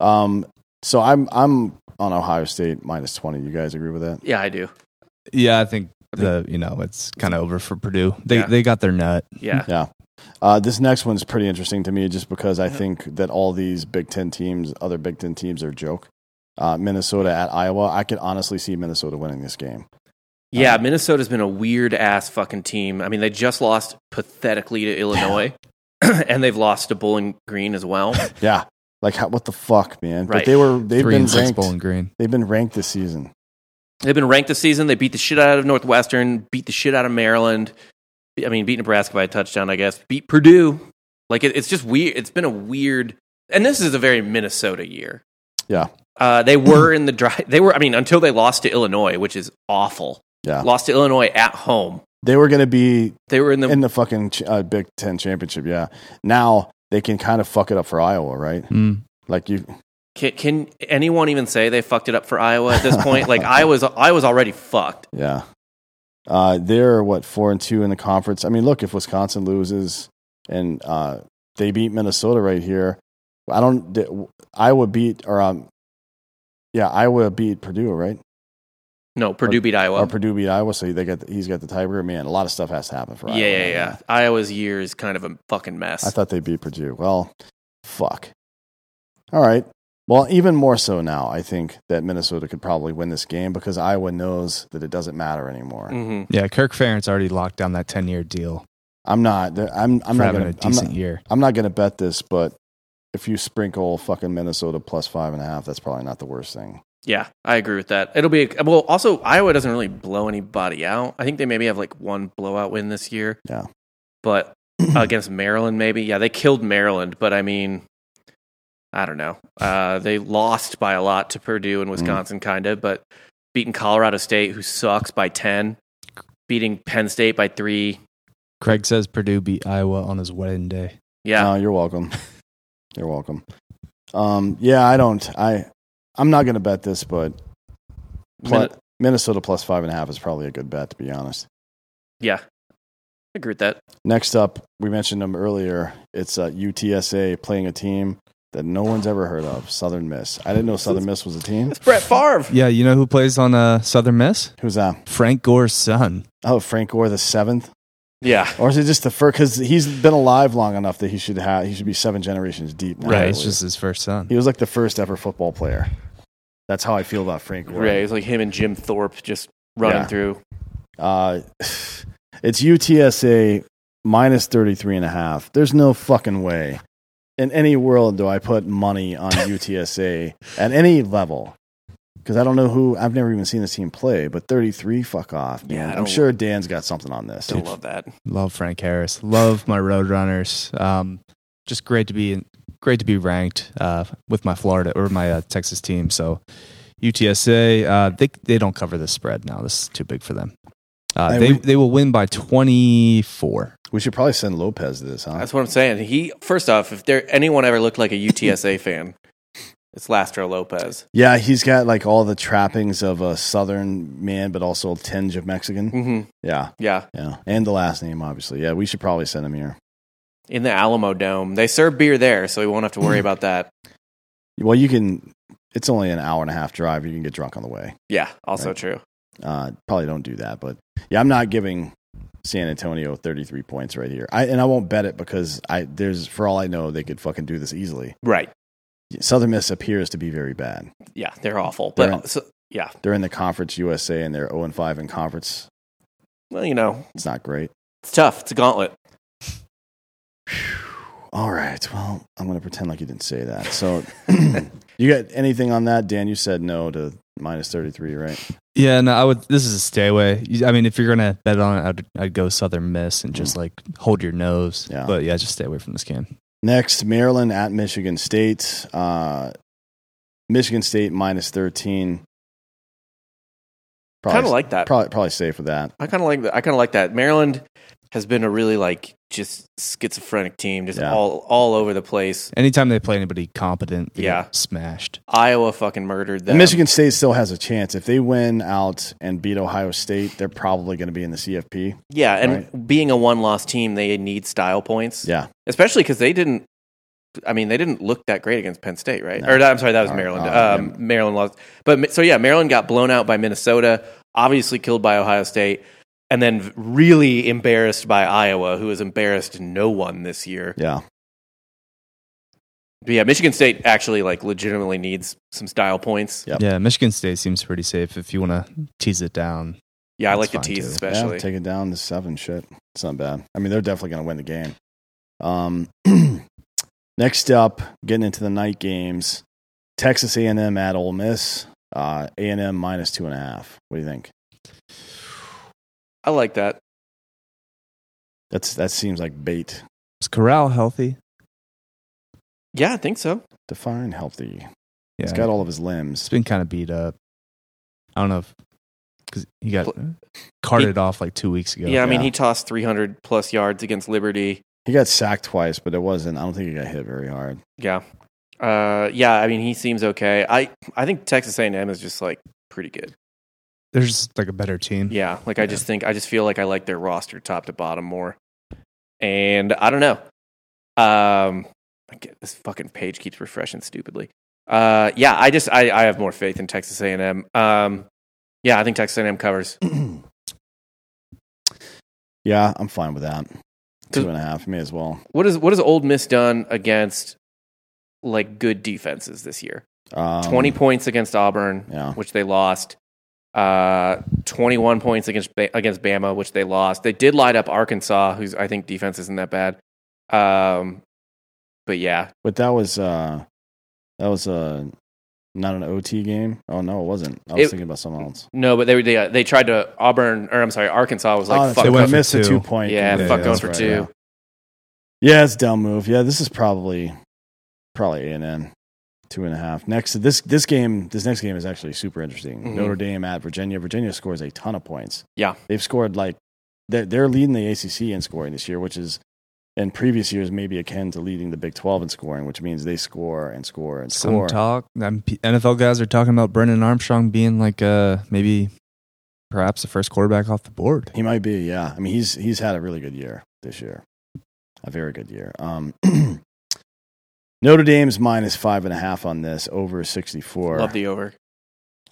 Speaker 3: um, so I'm I'm on Ohio State minus twenty. You guys agree with that?
Speaker 2: yeah, I do.
Speaker 5: Yeah, I think the you know it's kind of over for Purdue. They
Speaker 2: Yeah.
Speaker 5: they got their nut.
Speaker 2: Yeah.
Speaker 3: Uh, this next one's pretty interesting to me just because I think that all these Big Ten teams, other Big Ten teams, are a joke. Uh, Minnesota at Iowa. I could honestly see Minnesota winning this game.
Speaker 2: Yeah,
Speaker 3: Um,
Speaker 2: Minnesota's been a weird ass fucking team. I mean, they just lost pathetically to Illinois, and they've lost to Bowling Green as well.
Speaker 3: Yeah. Like, how, what the fuck, man? But
Speaker 2: Right.
Speaker 3: they were, they've
Speaker 5: Three
Speaker 3: been
Speaker 5: and six
Speaker 3: ranked.
Speaker 5: Bowling Green.
Speaker 3: They've been ranked this season.
Speaker 2: they've been ranked this season. They beat the shit out of Northwestern, beat the shit out of Maryland. I mean, beat Nebraska by a touchdown, I guess. Beat Purdue. Like it, it's just weird. It's been a weird, and this is a very Minnesota year.
Speaker 3: Yeah.
Speaker 2: Uh, they were in the dry. They were. I mean, until they lost to Illinois, which is awful.
Speaker 3: Yeah.
Speaker 2: Lost to Illinois at home.
Speaker 3: They were going to be
Speaker 2: They were in the
Speaker 3: in the fucking ch- uh, Big Ten championship. Yeah. Now they can kind of fuck it up for Iowa, right?
Speaker 5: Mm.
Speaker 3: Like, you,
Speaker 2: Can, can anyone even say they fucked it up for Iowa at this point? like Iowa's, Iowa's already fucked.
Speaker 3: Yeah. Uh, they're what four and two in the conference. I mean, look, if Wisconsin loses and uh, they beat Minnesota right here, I don't. th- Iowa beat or um, yeah, Iowa beat Purdue, right?
Speaker 2: No, Purdue beat Iowa.
Speaker 3: or Purdue beat Iowa, so they got the, he's got the tiebreaker. Man, a lot of stuff has to happen for
Speaker 2: yeah,
Speaker 3: Iowa.
Speaker 2: yeah, yeah. Iowa's year is kind of a fucking mess.
Speaker 3: I thought they beat Purdue. Well, fuck. All right. Well, even more so now, I think that Minnesota could probably win this game because Iowa knows that it doesn't matter anymore.
Speaker 2: hmm
Speaker 5: Yeah, Kirk Ferentz already locked down that ten year deal
Speaker 3: I'm not. I'm. I'm
Speaker 5: for
Speaker 3: not
Speaker 5: having
Speaker 3: going
Speaker 5: a
Speaker 3: to.
Speaker 5: decent year.
Speaker 3: I'm not going to bet this, but if you sprinkle fucking Minnesota plus five and a half, that's probably not the worst thing.
Speaker 2: Yeah, I agree with that. It'll be a, well. Also, Iowa doesn't really blow anybody out. I think they maybe have like one blowout win this year.
Speaker 3: Yeah.
Speaker 2: but against Maryland, maybe. Yeah, they killed Maryland, but I mean, I don't know. Uh, they lost by a lot to Purdue
Speaker 3: Mm.
Speaker 2: and Wisconsin, kind of, but beating Colorado State, who sucks, by 10, beating Penn State by three.
Speaker 5: Craig says Purdue beat Iowa on his wedding day.
Speaker 2: Yeah.
Speaker 3: No, you're welcome. you're welcome. Um, yeah, I don't. I I'm not going to bet this, but pl-
Speaker 2: Min-
Speaker 3: Minnesota plus five and a half is probably a good bet, to be honest.
Speaker 2: yeah. I agree with that.
Speaker 3: Next up, we mentioned them earlier. It's uh, UTSA playing a team that no one's ever heard of, Southern Miss. I didn't know Southern Miss was a team.
Speaker 2: It's Brett Favre.
Speaker 5: Yeah, you know who plays on uh, Southern Miss?
Speaker 3: Who's that?
Speaker 5: Frank Gore's son.
Speaker 3: Oh, Frank Gore the seventh,
Speaker 2: Yeah.
Speaker 3: or is it just the first? Because he's been alive long enough that he should have he should be seven generations deep. Now,
Speaker 2: Right,
Speaker 3: I
Speaker 5: It's
Speaker 3: believe.
Speaker 5: just his first son.
Speaker 3: he was like the first ever football player. That's how I feel about Frank Gore.
Speaker 2: Right. It's like him and Jim Thorpe just running
Speaker 3: Yeah.
Speaker 2: through.
Speaker 3: Uh, it's UTSA minus 33 and a half. There's no fucking way in any world do I put money on UTSA at any level. Because I don't know who, I've never even seen this team play, but 33, fuck off.
Speaker 2: Yeah,
Speaker 3: Man.
Speaker 2: I
Speaker 3: I'm
Speaker 2: don't-
Speaker 3: sure Dan's got something on this.
Speaker 2: Still love that.
Speaker 5: Love Frank Harris. Love my Roadrunners. Um, just great to be great to be ranked uh, with my Florida or my uh, Texas team. So UTSA, uh, they they don't cover this spread now. This is too big for them. Uh,
Speaker 3: I
Speaker 5: they
Speaker 3: would-
Speaker 5: they will win by twenty four.
Speaker 3: We should probably send Lopez to this, huh?
Speaker 2: That's what I'm saying. He first off, if there anyone ever looked like a UTSA fan, it's Lastro Lopez.
Speaker 3: yeah, he's got like all the trappings of a southern man, but also a tinge of Mexican.
Speaker 2: hmm
Speaker 3: Yeah,
Speaker 2: Yeah,
Speaker 3: yeah. And the last name, obviously. Yeah, we should probably send him here.
Speaker 2: in the Alamo Dome, they serve beer there, so we won't have to worry about that.
Speaker 3: Well, you can. It's only an hour and a half drive. You can get drunk on the way.
Speaker 2: Yeah, also
Speaker 3: Right.
Speaker 2: true.
Speaker 3: Uh, probably don't do that, but yeah, I'm not giving San Antonio 33 points right here. I and I won't bet it because I there's for all I know they could fucking do this easily.
Speaker 2: Right.
Speaker 3: Southern Miss appears to be very bad.
Speaker 2: Yeah, they're awful.
Speaker 3: They're
Speaker 2: But
Speaker 3: in-
Speaker 2: so, yeah,
Speaker 3: They're in the conference USA and they're 0 and 5 in conference.
Speaker 2: well, you know,
Speaker 3: It's not great.
Speaker 2: it's tough. It's a gauntlet.
Speaker 3: All right. Well, I'm going to pretend like you didn't say that. So you got anything on that, Dan? You said no to minus 33, right?
Speaker 5: Yeah, no, I would. This is a stay away. You- I mean, if you're gonna bet on it, I'd, I'd go Southern Miss and just like hold your nose.
Speaker 3: Yeah.
Speaker 5: But yeah, just stay away from this game.
Speaker 3: Next, Maryland at Michigan State. Uh, Michigan State minus 13.
Speaker 2: Kind of like that.
Speaker 3: Probably, probably safe with that.
Speaker 2: I kind of like that. I kind of like that. Maryland has been a really like just schizophrenic team, just
Speaker 3: Yeah.
Speaker 2: all all over the place.
Speaker 5: Anytime they play anybody competent, they
Speaker 2: Yeah.
Speaker 5: get smashed.
Speaker 2: Iowa fucking murdered them.
Speaker 3: And Michigan State still has a chance. If they win out and beat Ohio State, they're probably going to be in the CFP.
Speaker 2: Yeah, and being a one loss team, they need style points.
Speaker 3: Yeah.
Speaker 2: especially because they didn't. I mean, they didn't look that great against Penn State, right?
Speaker 3: No.
Speaker 2: Or I'm sorry, that was
Speaker 3: Oh,
Speaker 2: Maryland.
Speaker 3: oh,
Speaker 2: um, Maryland lost, but mi- so yeah, Maryland got blown out by Minnesota, obviously killed by Ohio State, and then really embarrassed by Iowa, who has embarrassed no one this year.
Speaker 3: Yeah.
Speaker 2: But yeah, Michigan State actually like legitimately needs some style points.
Speaker 3: Yep.
Speaker 5: Yeah, Michigan State seems pretty safe if you want to tease it down.
Speaker 2: Yeah, I
Speaker 5: That's
Speaker 2: like the
Speaker 5: fine,
Speaker 2: tease
Speaker 5: too.
Speaker 2: especially.
Speaker 3: Yeah, take it down to seven. Shit. It's not bad. I mean, they're definitely going to win the game. Um, next up, getting into the night games, Texas A&M at Ole Miss. Uh, A&M minus two and a half. What do you think?
Speaker 2: I like that.
Speaker 3: That's that seems like bait.
Speaker 5: Is Corral healthy?
Speaker 2: Yeah, I think so.
Speaker 3: Define healthy.
Speaker 5: Yeah,
Speaker 3: He's got all of his
Speaker 5: it's
Speaker 3: limbs.
Speaker 5: been kind of beat up. I don't know because he got carted off like two weeks ago.
Speaker 2: Yeah, I mean,
Speaker 3: yeah.
Speaker 2: he tossed 300 plus yards against Liberty.
Speaker 3: He got sacked twice, but it wasn't. I don't think he got hit very hard.
Speaker 2: Yeah. Uh, yeah, I mean, he seems okay. I, I think Texas A&M is just like pretty good.
Speaker 5: they're just like a better team.
Speaker 2: Yeah, like I just think I just feel like I like their roster top to bottom more. And I don't know. Um, I get, this fucking page keeps refreshing stupidly. Uh, yeah, I just I, I have more faith in Texas A&M. Um, yeah, I think Texas A&M covers.
Speaker 3: Yeah, I'm fine with that.
Speaker 2: Does-
Speaker 3: Two and a half, may as well.
Speaker 2: What is what has Old Miss done against like good defenses this year?
Speaker 3: Um,
Speaker 2: 20 points against Auburn,
Speaker 3: Yeah.
Speaker 2: which they lost. Uh, 21 points against Ba- against Bama, which they lost. They did light up Arkansas, who's I think defense isn't that bad. Um, but yeah,
Speaker 3: But that was uh, that was uh, not an OT game. Oh no, it wasn't. I was
Speaker 2: It-
Speaker 3: thinking about something else.
Speaker 2: no, but they they, uh, they tried to Auburn or I'm sorry, Arkansas was
Speaker 3: oh,
Speaker 2: like
Speaker 3: that's
Speaker 2: fuck,
Speaker 3: right.
Speaker 5: They
Speaker 3: I
Speaker 5: went for
Speaker 3: missed a
Speaker 5: two.
Speaker 3: two point.
Speaker 2: yeah,
Speaker 5: Yeah,
Speaker 2: fuck
Speaker 5: yeah,
Speaker 2: going
Speaker 5: that's
Speaker 2: for
Speaker 5: right,
Speaker 2: two.
Speaker 3: Yeah. yeah, it's a dumb move. Yeah, this is probably probably A and M. two and a half. Next, this this game, this next game is actually super interesting.
Speaker 2: Mhm.
Speaker 3: Notre Dame at Virginia. Virginia scores a ton of points.
Speaker 2: Yeah.
Speaker 3: they've scored like they're, they're leading the ACC in scoring this year, which is in previous years maybe akin to leading the Big Twelve in scoring, which means they score and score and
Speaker 5: Some
Speaker 3: score.
Speaker 5: talk. um, P- NFL guys are talking about Brendan Armstrong being like uh, maybe perhaps the first quarterback off the board.
Speaker 3: He might be, yeah. I mean, he's he's had a really good year this year, a very good year. Um, Notre Dame's minus five and a half on this over sixty four.
Speaker 2: Love the over.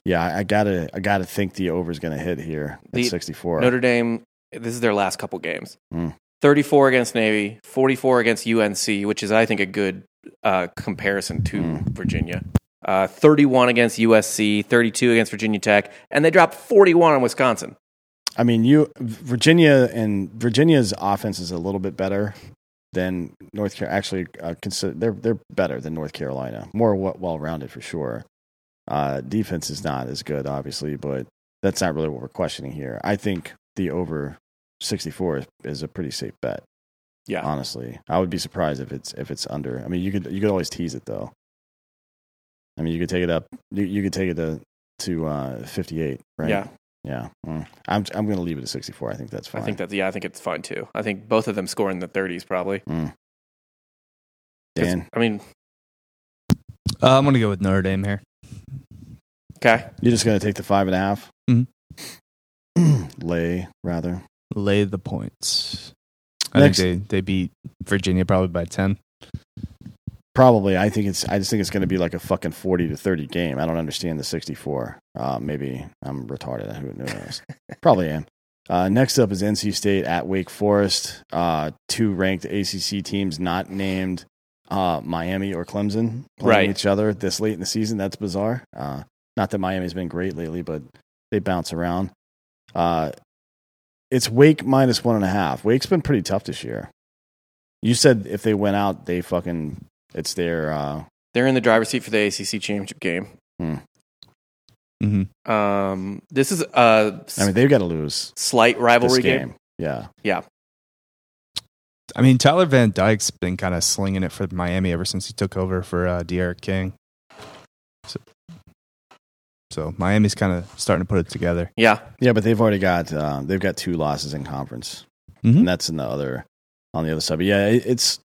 Speaker 3: yeah, I, I gotta I gotta think the over's gonna hit here
Speaker 2: The-
Speaker 3: at sixty four.
Speaker 2: Notre Dame, this is their last couple games.
Speaker 3: Mm.
Speaker 2: 34 against Navy, 44 against UNC, which is, I think, a good uh, comparison to
Speaker 3: Mm.
Speaker 2: Virginia. Uh, 31 against USC, 32 against Virginia Tech, and they dropped 41 on Wisconsin.
Speaker 3: I mean, you Virginia and Virginia's offense is a little bit better than North Carolina. Actually, uh, consider, they're they're better than North Carolina, more well rounded for sure. Uh, defense is not as good, obviously, but that's not really what we're questioning here. I think the over sixty four is, is a pretty safe bet.
Speaker 2: Yeah.
Speaker 3: honestly, I would be surprised if it's if it's under. I mean, you could you could always tease it though. I mean, you could take it up. You, you could take it to to uh, fifty eight, right?
Speaker 2: Yeah.
Speaker 3: Yeah, mm. I'm I'm going to leave it at 64. I think that's fine.
Speaker 2: I think that's, yeah, I think it's fine too. I think both of them score in the 30s probably.
Speaker 3: Mm. Dan,
Speaker 2: I mean,
Speaker 5: Uh, I'm gonna go with Notre Dame here.
Speaker 2: okay.
Speaker 3: you're just going to take the five and a half?
Speaker 5: Mhm.
Speaker 3: Lay rather.
Speaker 5: Lay the points. I
Speaker 3: Next.
Speaker 5: think they, they beat Virginia probably by ten.
Speaker 3: Probably. I think it's. I just think it's going to be like a fucking 40 to 30 game. I don't understand the 64. Uh, maybe I'm retarded. Who knows? Probably am. Uh, next up is NC State at Wake Forest. Uh, two ranked ACC teams not named uh, Miami or Clemson playing
Speaker 2: Right.
Speaker 3: each other this late in the season. That's bizarre. Uh, not that Miami's been great lately, but they bounce around. Uh, it's Wake minus one and a half. Wake's been pretty tough this year. You said if they went out, they fucking it's their uh,
Speaker 2: They're in the driver's seat for the ACC championship game.
Speaker 3: Hmm.
Speaker 5: Mm-hmm.
Speaker 2: Um, this is a s-
Speaker 3: I mean they've got to lose
Speaker 2: slight
Speaker 3: this
Speaker 2: rivalry
Speaker 3: game.
Speaker 2: game.
Speaker 3: Yeah,
Speaker 5: I mean, Tyler Van Dyke's been kind of slinging it for Miami ever since he took over for uh, De'Aaron King. So, so Miami's kind of starting to put it together.
Speaker 2: Yeah.
Speaker 3: yeah, but they've already got uh, they've got two losses in conference,
Speaker 5: Mhm.
Speaker 3: and that's in the other on the other side. But yeah, it, it's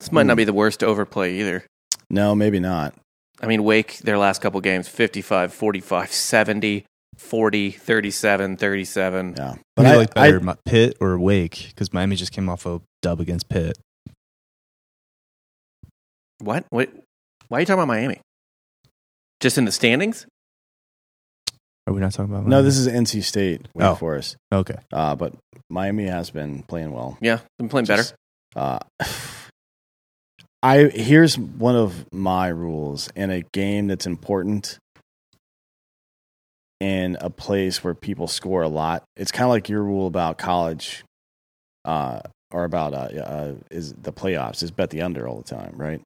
Speaker 2: This
Speaker 3: Hmm.
Speaker 2: might not be the worst overplay either.
Speaker 3: no, maybe not.
Speaker 2: I mean, Wake, their last couple games 55, 45, 70, 40, 37, 37.
Speaker 3: Yeah,
Speaker 5: But
Speaker 3: but
Speaker 5: I
Speaker 3: I,
Speaker 5: like
Speaker 3: I,
Speaker 5: better Mi- Pitt or Wake because Miami just came off a dub against Pitt.
Speaker 2: What? What? Why are you talking about Miami? Just in the standings?
Speaker 5: Are we not talking about?
Speaker 3: no,
Speaker 5: Miami?
Speaker 3: this is NC State Wake
Speaker 5: Oh.
Speaker 3: Forest.
Speaker 5: okay.
Speaker 3: Uh, but Miami has been playing well.
Speaker 2: Yeah, been playing better.
Speaker 3: Just- Uh, I here's one of my rules in a game that's important in a place where people score a lot. It's kind of like your rule about college, uh, or about uh, uh, is the playoffs is bet the under all the time, right?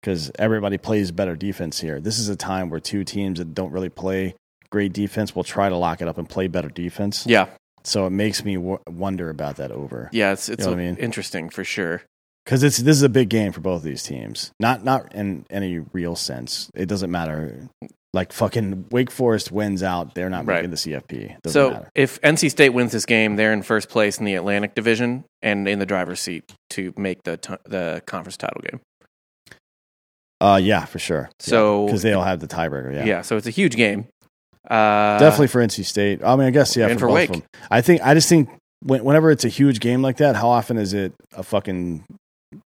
Speaker 3: Because everybody plays better defense here. This is a time where two teams that don't really play great defense will try to lock it up and play better defense.
Speaker 2: Yeah,
Speaker 3: So it makes me w- wonder about that over
Speaker 2: yeah, it's it's
Speaker 3: know what I mean?
Speaker 2: interesting for sure.
Speaker 3: because it's this is a big game for both of these teams. Not not in any real sense. It doesn't matter. Like fucking Wake Forest wins out, they're not
Speaker 2: Right.
Speaker 3: making the CFP. Doesn't
Speaker 2: so
Speaker 3: matter.
Speaker 2: if NC State wins this game, they're in first place in the Atlantic Division and in the driver's seat to make the t- the conference title game.
Speaker 3: Uh, yeah, for sure.
Speaker 2: So-
Speaker 3: because they'll have the tiebreaker.
Speaker 2: Yeah,
Speaker 3: Yeah,
Speaker 2: so it's a huge game. Uh,
Speaker 3: definitely for NC State. I mean, I guess yeah,
Speaker 2: And for
Speaker 3: for, both
Speaker 2: Wake.
Speaker 3: of them. I think I just think when, whenever it's a huge game like that, how often is it a fucking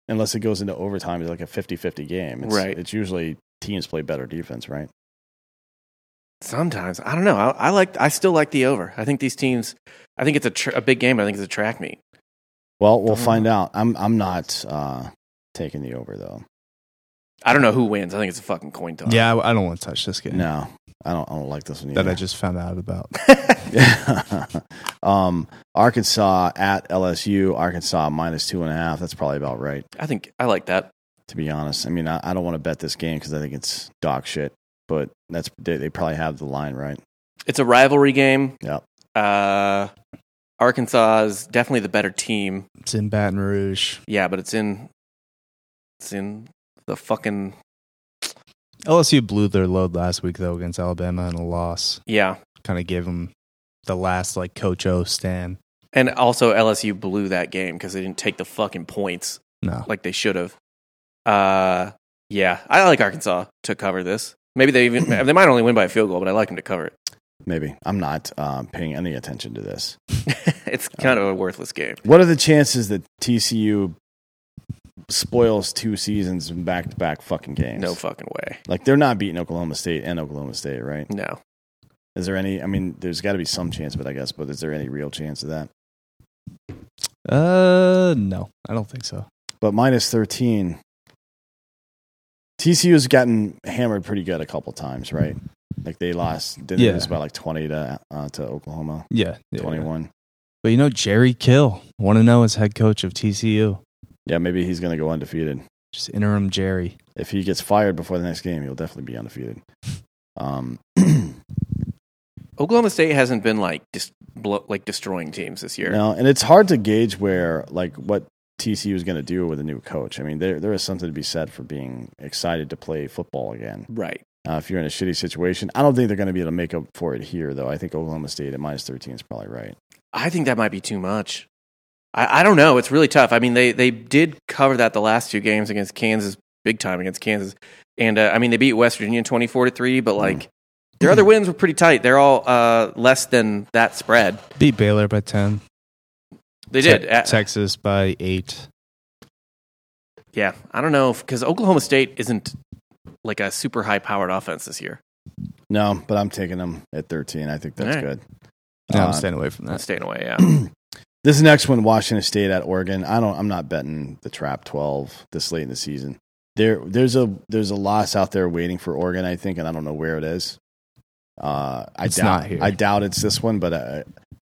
Speaker 3: unless it goes into overtime, it's like a 50-50 game. It's,
Speaker 2: Right.
Speaker 3: It's usually teams play better defense, right?
Speaker 2: Sometimes I don't know. I, I like. I still like the over. I think these teams. I think it's a tr- a big game. But I think it's a track meet.
Speaker 3: Well, we'll
Speaker 2: Don't
Speaker 3: find out. I'm I'm not uh, taking the over though.
Speaker 2: I don't know who wins. I think it's a fucking coin toss.
Speaker 5: Yeah, I, I don't want to touch this game
Speaker 3: No, I don't. I don't like this one.
Speaker 5: that I
Speaker 3: Either.
Speaker 5: just found out about.
Speaker 3: um, Arkansas at LSU. Arkansas minus two and a half. That's probably about right,
Speaker 2: I think I like that.
Speaker 3: to be honest. I mean, I, I don't want to bet this game because I think it's dog shit. But that's they, they probably have the line right.
Speaker 2: It's a rivalry game.
Speaker 3: Yep.
Speaker 2: Uh, Arkansas is definitely the better team.
Speaker 5: It's in Baton Rouge.
Speaker 2: Yeah, but it's in It's in the fucking
Speaker 5: LSU blew their load last week though against Alabama in a loss.
Speaker 2: yeah.
Speaker 5: Kind of gave them the last like Coach O stand.
Speaker 2: And also LSU blew that game because they didn't take the fucking points
Speaker 5: No,
Speaker 2: like they should have. Uh, yeah, I like Arkansas to cover this. Maybe they even they might only win by a field goal, but I like them to cover it.
Speaker 3: Maybe I'm not um, paying any attention to this.
Speaker 2: it's kind of a worthless game.
Speaker 3: What are the chances that TCU spoils two seasons in back to back fucking games?
Speaker 2: No fucking way.
Speaker 3: Like they're not beating Oklahoma State and Oklahoma State, right?
Speaker 2: No.
Speaker 3: Is there any? I mean, there's got to be some chance, but I guess, but is there any real chance of that?
Speaker 5: uh, no, I don't think so.
Speaker 3: But minus 13, TCU's gotten hammered pretty good a couple times, right? Like they lost, didn't they
Speaker 5: Yeah.
Speaker 3: lose by like 20 to uh, to Oklahoma,
Speaker 5: Yeah, yeah,
Speaker 3: 21.
Speaker 5: But you know, Jerry Kill, want to know as head coach of TCU,
Speaker 3: Yeah, maybe he's gonna go undefeated.
Speaker 5: just interim Jerry.
Speaker 3: If he gets fired before the next game, he'll definitely be undefeated. Um,
Speaker 2: Oklahoma State hasn't been like just blo- like destroying teams this year.
Speaker 3: No, and it's hard to gauge where like what TCU is going to do with a new coach. I mean, there there is something to be said for being excited to play football again.
Speaker 2: Right.
Speaker 3: Uh, if you're in a shitty situation, I don't think they're going to be able to make up for it here, though. I think Oklahoma State at minus 13 is probably right.
Speaker 2: I think that might be too much. I, I don't know. It's really tough. I mean, they they did cover that the last two games against Kansas, big time against Kansas, and uh, I mean they beat West Virginia twenty four to three,
Speaker 3: Mm.
Speaker 2: but like their other wins were pretty tight. They're all uh, less than that spread.
Speaker 5: Beat Baylor by 10.
Speaker 2: They did.
Speaker 5: Te-
Speaker 2: Uh,
Speaker 5: Texas by 8.
Speaker 2: yeah, I don't know because Oklahoma State isn't like a super high powered offense this year.
Speaker 3: No, but I'm taking them at 13. I think that's
Speaker 2: All right.
Speaker 3: good.
Speaker 5: No,
Speaker 3: Uh,
Speaker 5: I'm staying away from
Speaker 2: I'm
Speaker 5: that.
Speaker 2: staying away. Yeah,
Speaker 3: this next one, Washington State at Oregon. I don't. I'm not betting the trap 12 this late in the season. There, there's a there's a loss out there waiting for Oregon. I think, and I don't know where it is. Uh, I
Speaker 5: It's
Speaker 3: doubt.
Speaker 5: not here.
Speaker 3: I doubt it's this one, but uh,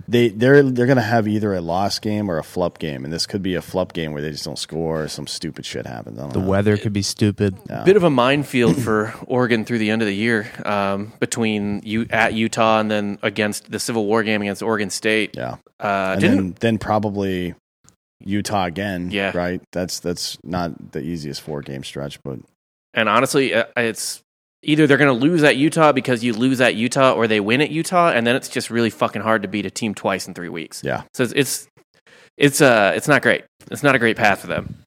Speaker 3: they they're they're gonna have either a loss game or a flop game, and this could be a flop game where they just don't score or some stupid shit happens. I don't
Speaker 5: The
Speaker 3: know.
Speaker 5: weather could be stupid.
Speaker 3: Yeah.
Speaker 2: bit of a minefield for Oregon through the end of the year um, between you at Utah and then against the Civil War game against Oregon State.
Speaker 3: Yeah.
Speaker 2: Uh,
Speaker 3: and
Speaker 2: didn't
Speaker 3: then, then probably Utah again.
Speaker 2: Yeah.
Speaker 3: right. That's that's not the easiest four game stretch, but
Speaker 2: And honestly, uh, it's either they're going to lose at Utah because you lose at Utah, or they win at Utah, and then it's just really fucking hard to beat a team twice in three weeks.
Speaker 3: Yeah.
Speaker 2: So it's it's it's, uh, it's not great. It's not a great path for them.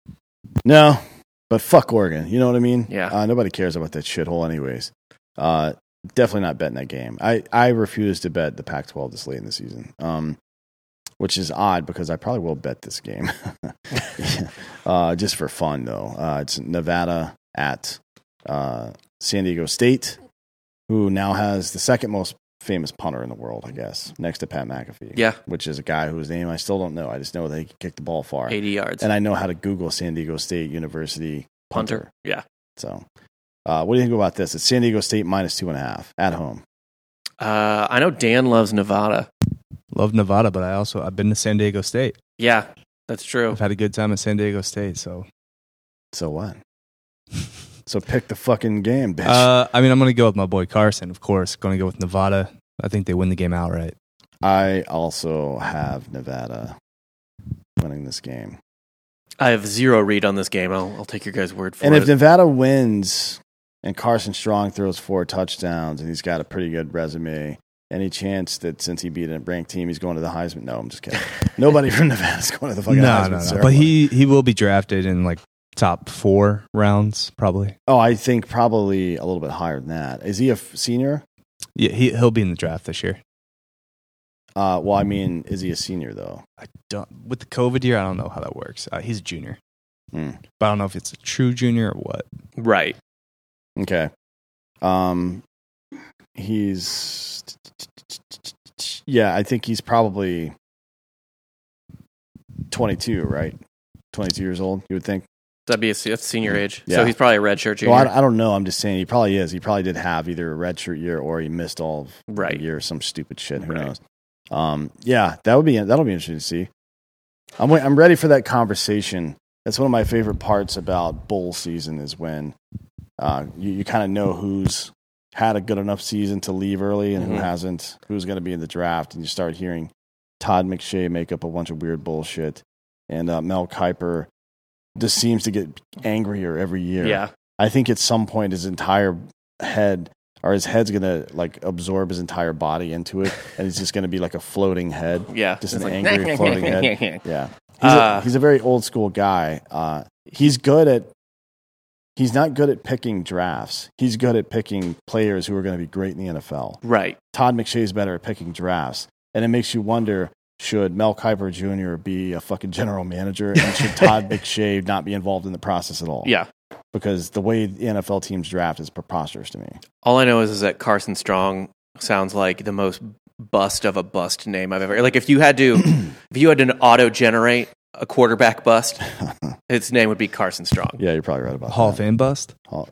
Speaker 3: No, but fuck Oregon. You know what I mean?
Speaker 2: Yeah.
Speaker 3: Uh, nobody cares about that shithole, anyways. Uh, definitely not betting that game. I, I refuse to bet the Pac 12 this late in the season, um, which is odd because I probably will bet this game uh, just for fun, though. Uh, it's Nevada at uh, San Diego State, who now has the second most famous punter in the world, I guess, next to Pat McAfee.
Speaker 2: Yeah.
Speaker 3: Which is a guy whose name I still don't know. I just know that he can kick the ball far
Speaker 2: Eighty yards.
Speaker 3: and I know how to Google San Diego State University punter.
Speaker 2: Yeah.
Speaker 3: So, uh, what do you think about this? It's San Diego State minus two and a half at home.
Speaker 2: Uh, I know Dan loves Nevada.
Speaker 5: Love Nevada, but I also, I've been to San Diego State.
Speaker 2: Yeah, that's true.
Speaker 5: I've had a good time at San Diego State. So,
Speaker 3: So what? so pick the fucking game, bitch.
Speaker 5: uh, I mean, I'm going to go with my boy Carson, of course. Going to go with Nevada. I think they win the game outright.
Speaker 3: I also have Nevada winning this game,
Speaker 2: I have zero read on this game. I'll, I'll take your guys' word for
Speaker 3: and
Speaker 2: it.
Speaker 3: if Nevada wins, and Carson Strong throws four touchdowns, and he's got a pretty good resume. Any chance that since he beat a ranked team, he's going to the Heisman? No, I'm just kidding. Nobody from Nevada's going to the fucking Heisman. ceremony.
Speaker 5: But he, he will be drafted in like top four rounds, probably.
Speaker 3: Oh, I think probably a little bit higher than that. Is he a f- senior?
Speaker 5: Yeah, he, he'll be in the draft this year.
Speaker 3: Uh, well, I mean, is he a senior though?
Speaker 5: I don't with the COVID year. I don't know how that works. Uh, he's a junior,
Speaker 3: Hmm.
Speaker 5: but I don't know if it's a true junior or what.
Speaker 2: right.
Speaker 3: Okay. Um, he's yeah, I think he's probably twenty-two, right? Twenty-two years old. You would think.
Speaker 2: That'd be a, se- that's senior age.
Speaker 3: Mm-hmm. Yeah.
Speaker 2: So he's probably a redshirt junior.
Speaker 3: Well, I, I don't know. I'm just saying he probably is. He probably did have either a redshirt year or he missed all of
Speaker 2: Right.
Speaker 3: a year or some stupid shit. Who
Speaker 2: Right.
Speaker 3: knows? Um, yeah, that would be that'll be interesting to see. I'm wait, I'm ready for that conversation. That's one of my favorite parts about bowl season is when uh, you, you kind of know who's had a good enough season to leave early and who
Speaker 2: Mhm.
Speaker 3: hasn't, who's going to be in the draft, and you start hearing Todd McShay make up a bunch of weird bullshit and uh, Mel Kiper just seems to get angrier every year.
Speaker 2: Yeah.
Speaker 3: I think at some point his entire head or his head's gonna like absorb his entire body into it, and it's just gonna be like a floating head,
Speaker 2: Yeah.
Speaker 3: just
Speaker 2: It's
Speaker 3: an
Speaker 2: like-
Speaker 3: angry floating head. Yeah, he's,
Speaker 2: Uh,
Speaker 3: a, he's a very old school guy. Uh, he's good at he's not good at picking drafts. He's good at picking players who are going to be great in the NFL.
Speaker 2: Right.
Speaker 3: Todd McShay's better at picking drafts, and it makes you wonder. Should Mel Kiper Jr. be a fucking general manager, and should Todd McShay not be involved in the process at all?
Speaker 2: Yeah.
Speaker 3: because the way the NFL teams draft is preposterous to me.
Speaker 2: All I know is, is that Carson Strong sounds like the most bust of a bust name I've ever. Like if you had to, if you had to auto generate a quarterback bust, its name would be Carson Strong.
Speaker 3: Yeah, you're probably right about
Speaker 5: Hall of
Speaker 3: that.
Speaker 5: Fame bust.
Speaker 3: Hall-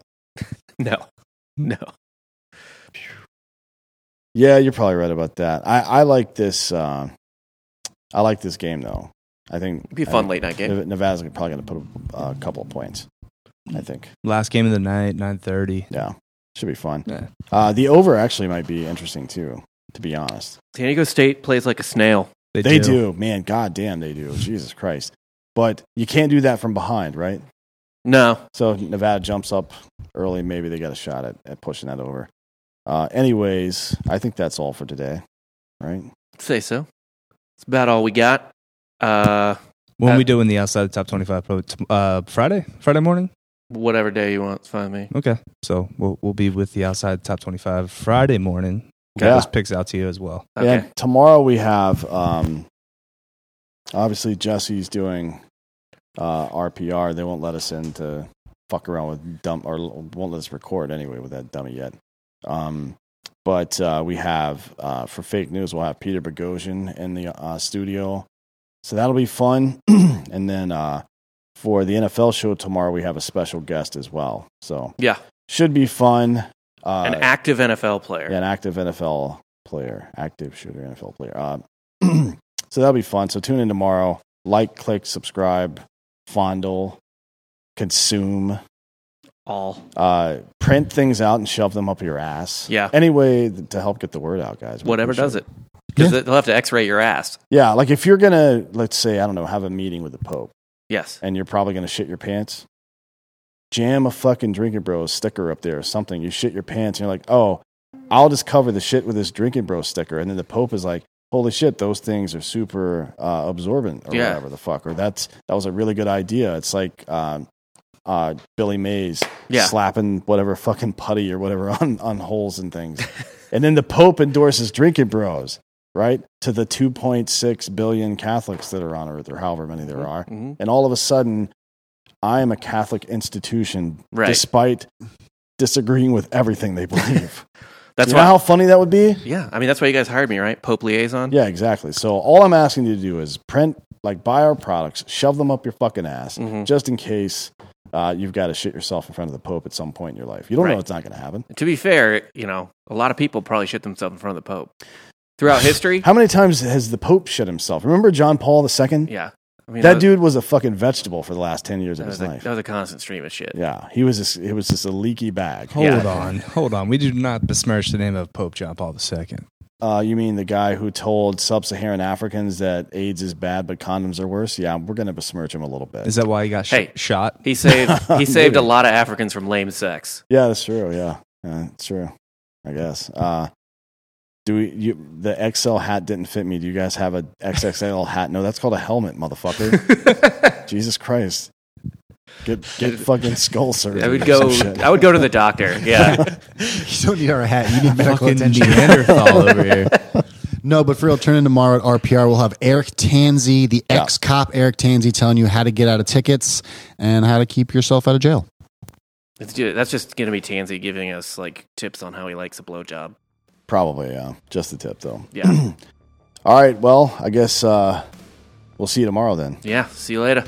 Speaker 2: No, no.
Speaker 3: Yeah, you're probably right about that. I, I like this. Uh, I like this game though. I think
Speaker 2: It'd be a fun late night game.
Speaker 3: Nev- Nevada's probably going to put up uh, a couple of points. I think.
Speaker 5: Last game of the night, nine thirty.
Speaker 3: Yeah, should be fun.
Speaker 5: Yeah.
Speaker 3: Uh, the over actually might be interesting too. To be honest,
Speaker 2: San Diego State plays like a snail.
Speaker 5: They,
Speaker 3: they do. Man, god damn, they do. Jesus Christ! But you can't do that from behind, right?
Speaker 2: No,
Speaker 3: So if Nevada jumps up early. Maybe they got a shot at, at pushing that over. Uh, anyways, I think that's all for today, right?
Speaker 2: I'd say so. It's about all we got. Uh,
Speaker 5: When
Speaker 2: Uh,
Speaker 5: we doing the outside of top twenty five pro t- uh, Friday, Friday morning.
Speaker 2: whatever day you want, it's fine with me.
Speaker 5: Okay, so we'll we'll be with the outside top twenty five Friday morning. Got
Speaker 3: Yeah.
Speaker 5: those picks out to you as well.
Speaker 2: Okay.
Speaker 3: Yeah, tomorrow we have um, obviously Jesse's doing uh, RPR. They won't let us in to fuck around with dumb or won't let us record anyway with that dummy yet. Um, but uh, we have uh, for fake news, we'll have Peter Bogosian in the uh, studio, so that'll be fun. and then uh, for the NFL show tomorrow, we have a special guest as well. So
Speaker 2: Yeah.
Speaker 3: should be fun. Uh,
Speaker 2: An active NFL player.
Speaker 3: yeah, an active NFL player, active shooter NFL player. Um, so that'll be fun. So tune in tomorrow. Like, click, subscribe, fondle, consume,
Speaker 2: All.
Speaker 3: uh, print things out and shove them up your ass.
Speaker 2: Yeah.
Speaker 3: Any way th- to help get the word out, guys. We
Speaker 2: Whatever
Speaker 3: appreciate
Speaker 2: does it. Because
Speaker 4: Yeah.
Speaker 2: they'll have to x ray your ass.
Speaker 3: Yeah. Like if you're going to, let's say, I don't know, have a meeting with the Pope
Speaker 2: Yes.
Speaker 3: and you're probably going to shit your pants, jam a fucking Drinking Bro sticker up there or something. You shit your pants and you're like, oh, I'll just cover the shit with this Drinking Bro sticker. And then the Pope is like, holy shit, those things are super uh, absorbent or
Speaker 2: Yeah.
Speaker 3: whatever the fuck. Or that's, that was a really good idea. It's like um, uh, Billy Mays
Speaker 2: Yeah.
Speaker 3: slapping whatever fucking putty or whatever on, on holes and things. and then the Pope endorses Drinking Bros. Right to the 2.6 billion Catholics that are on earth, or however many there are,
Speaker 2: Mhm.
Speaker 3: and all of a sudden I am a Catholic institution
Speaker 2: Right.
Speaker 3: despite disagreeing with everything they believe.
Speaker 2: That's
Speaker 3: you know
Speaker 2: why. Mm-hmm.
Speaker 3: how funny that would be?
Speaker 2: Yeah. I mean, that's why you guys hired me, right? Pope liaison?
Speaker 3: Yeah, exactly. So all I'm asking you to do is print, like, buy our products, shove them up your fucking ass,
Speaker 2: Mhm.
Speaker 3: just in case uh, you've got to shit yourself in front of the Pope at some point in your life. You don't
Speaker 2: Right.
Speaker 3: know it's not going to happen.
Speaker 2: To be fair, you know, a lot of people probably shit themselves in front of the Pope throughout history.
Speaker 3: How many times has the Pope shit himself? Remember John Paul II?
Speaker 2: yeah. I mean,
Speaker 3: that
Speaker 2: was-
Speaker 3: dude was a fucking vegetable for the last ten years
Speaker 2: that
Speaker 3: of his
Speaker 2: was, a,
Speaker 3: life.
Speaker 2: that was a constant stream of shit.
Speaker 3: yeah, he was. Just, it was just a leaky bag.
Speaker 5: Hold
Speaker 2: Yeah.
Speaker 5: on, hold on. We do not besmirch the name of Pope John Paul II.
Speaker 3: Uh, you mean the guy who told sub-Saharan Africans that AIDS is bad but condoms are worse? Yeah, we're gonna besmirch him a little bit.
Speaker 5: Is that why he got sh-
Speaker 2: Hey.
Speaker 5: shot?
Speaker 2: He saved he saved a lot of Africans from lame sex.
Speaker 3: yeah, that's true. Yeah, yeah it's true. I guess. Uh, do we? You, the XL hat didn't fit me. Do you guys have a XXL hat? No, that's called a helmet, motherfucker. Jesus Christ. Get get fucking skull surgery.
Speaker 2: I would
Speaker 3: or
Speaker 2: go
Speaker 3: some shit.
Speaker 2: I would go to the doctor. Yeah.
Speaker 4: You don't need our hat. You need medical
Speaker 5: Fucking
Speaker 4: attention.
Speaker 5: Neanderthal over here.
Speaker 4: No, but for real, turn in tomorrow at RPR. We'll have Eric Tanzi, the
Speaker 3: Yeah.
Speaker 4: ex cop Eric Tanzi, telling you how to get out of tickets and how to keep yourself out of jail.
Speaker 2: Let's do it. That's just gonna be Tansy giving us like tips on how he likes a blowjob.
Speaker 3: Probably. Yeah. Just the tip, though.
Speaker 2: Yeah.
Speaker 3: All right. Well, I guess uh, we'll see you tomorrow then.
Speaker 2: yeah. See you later.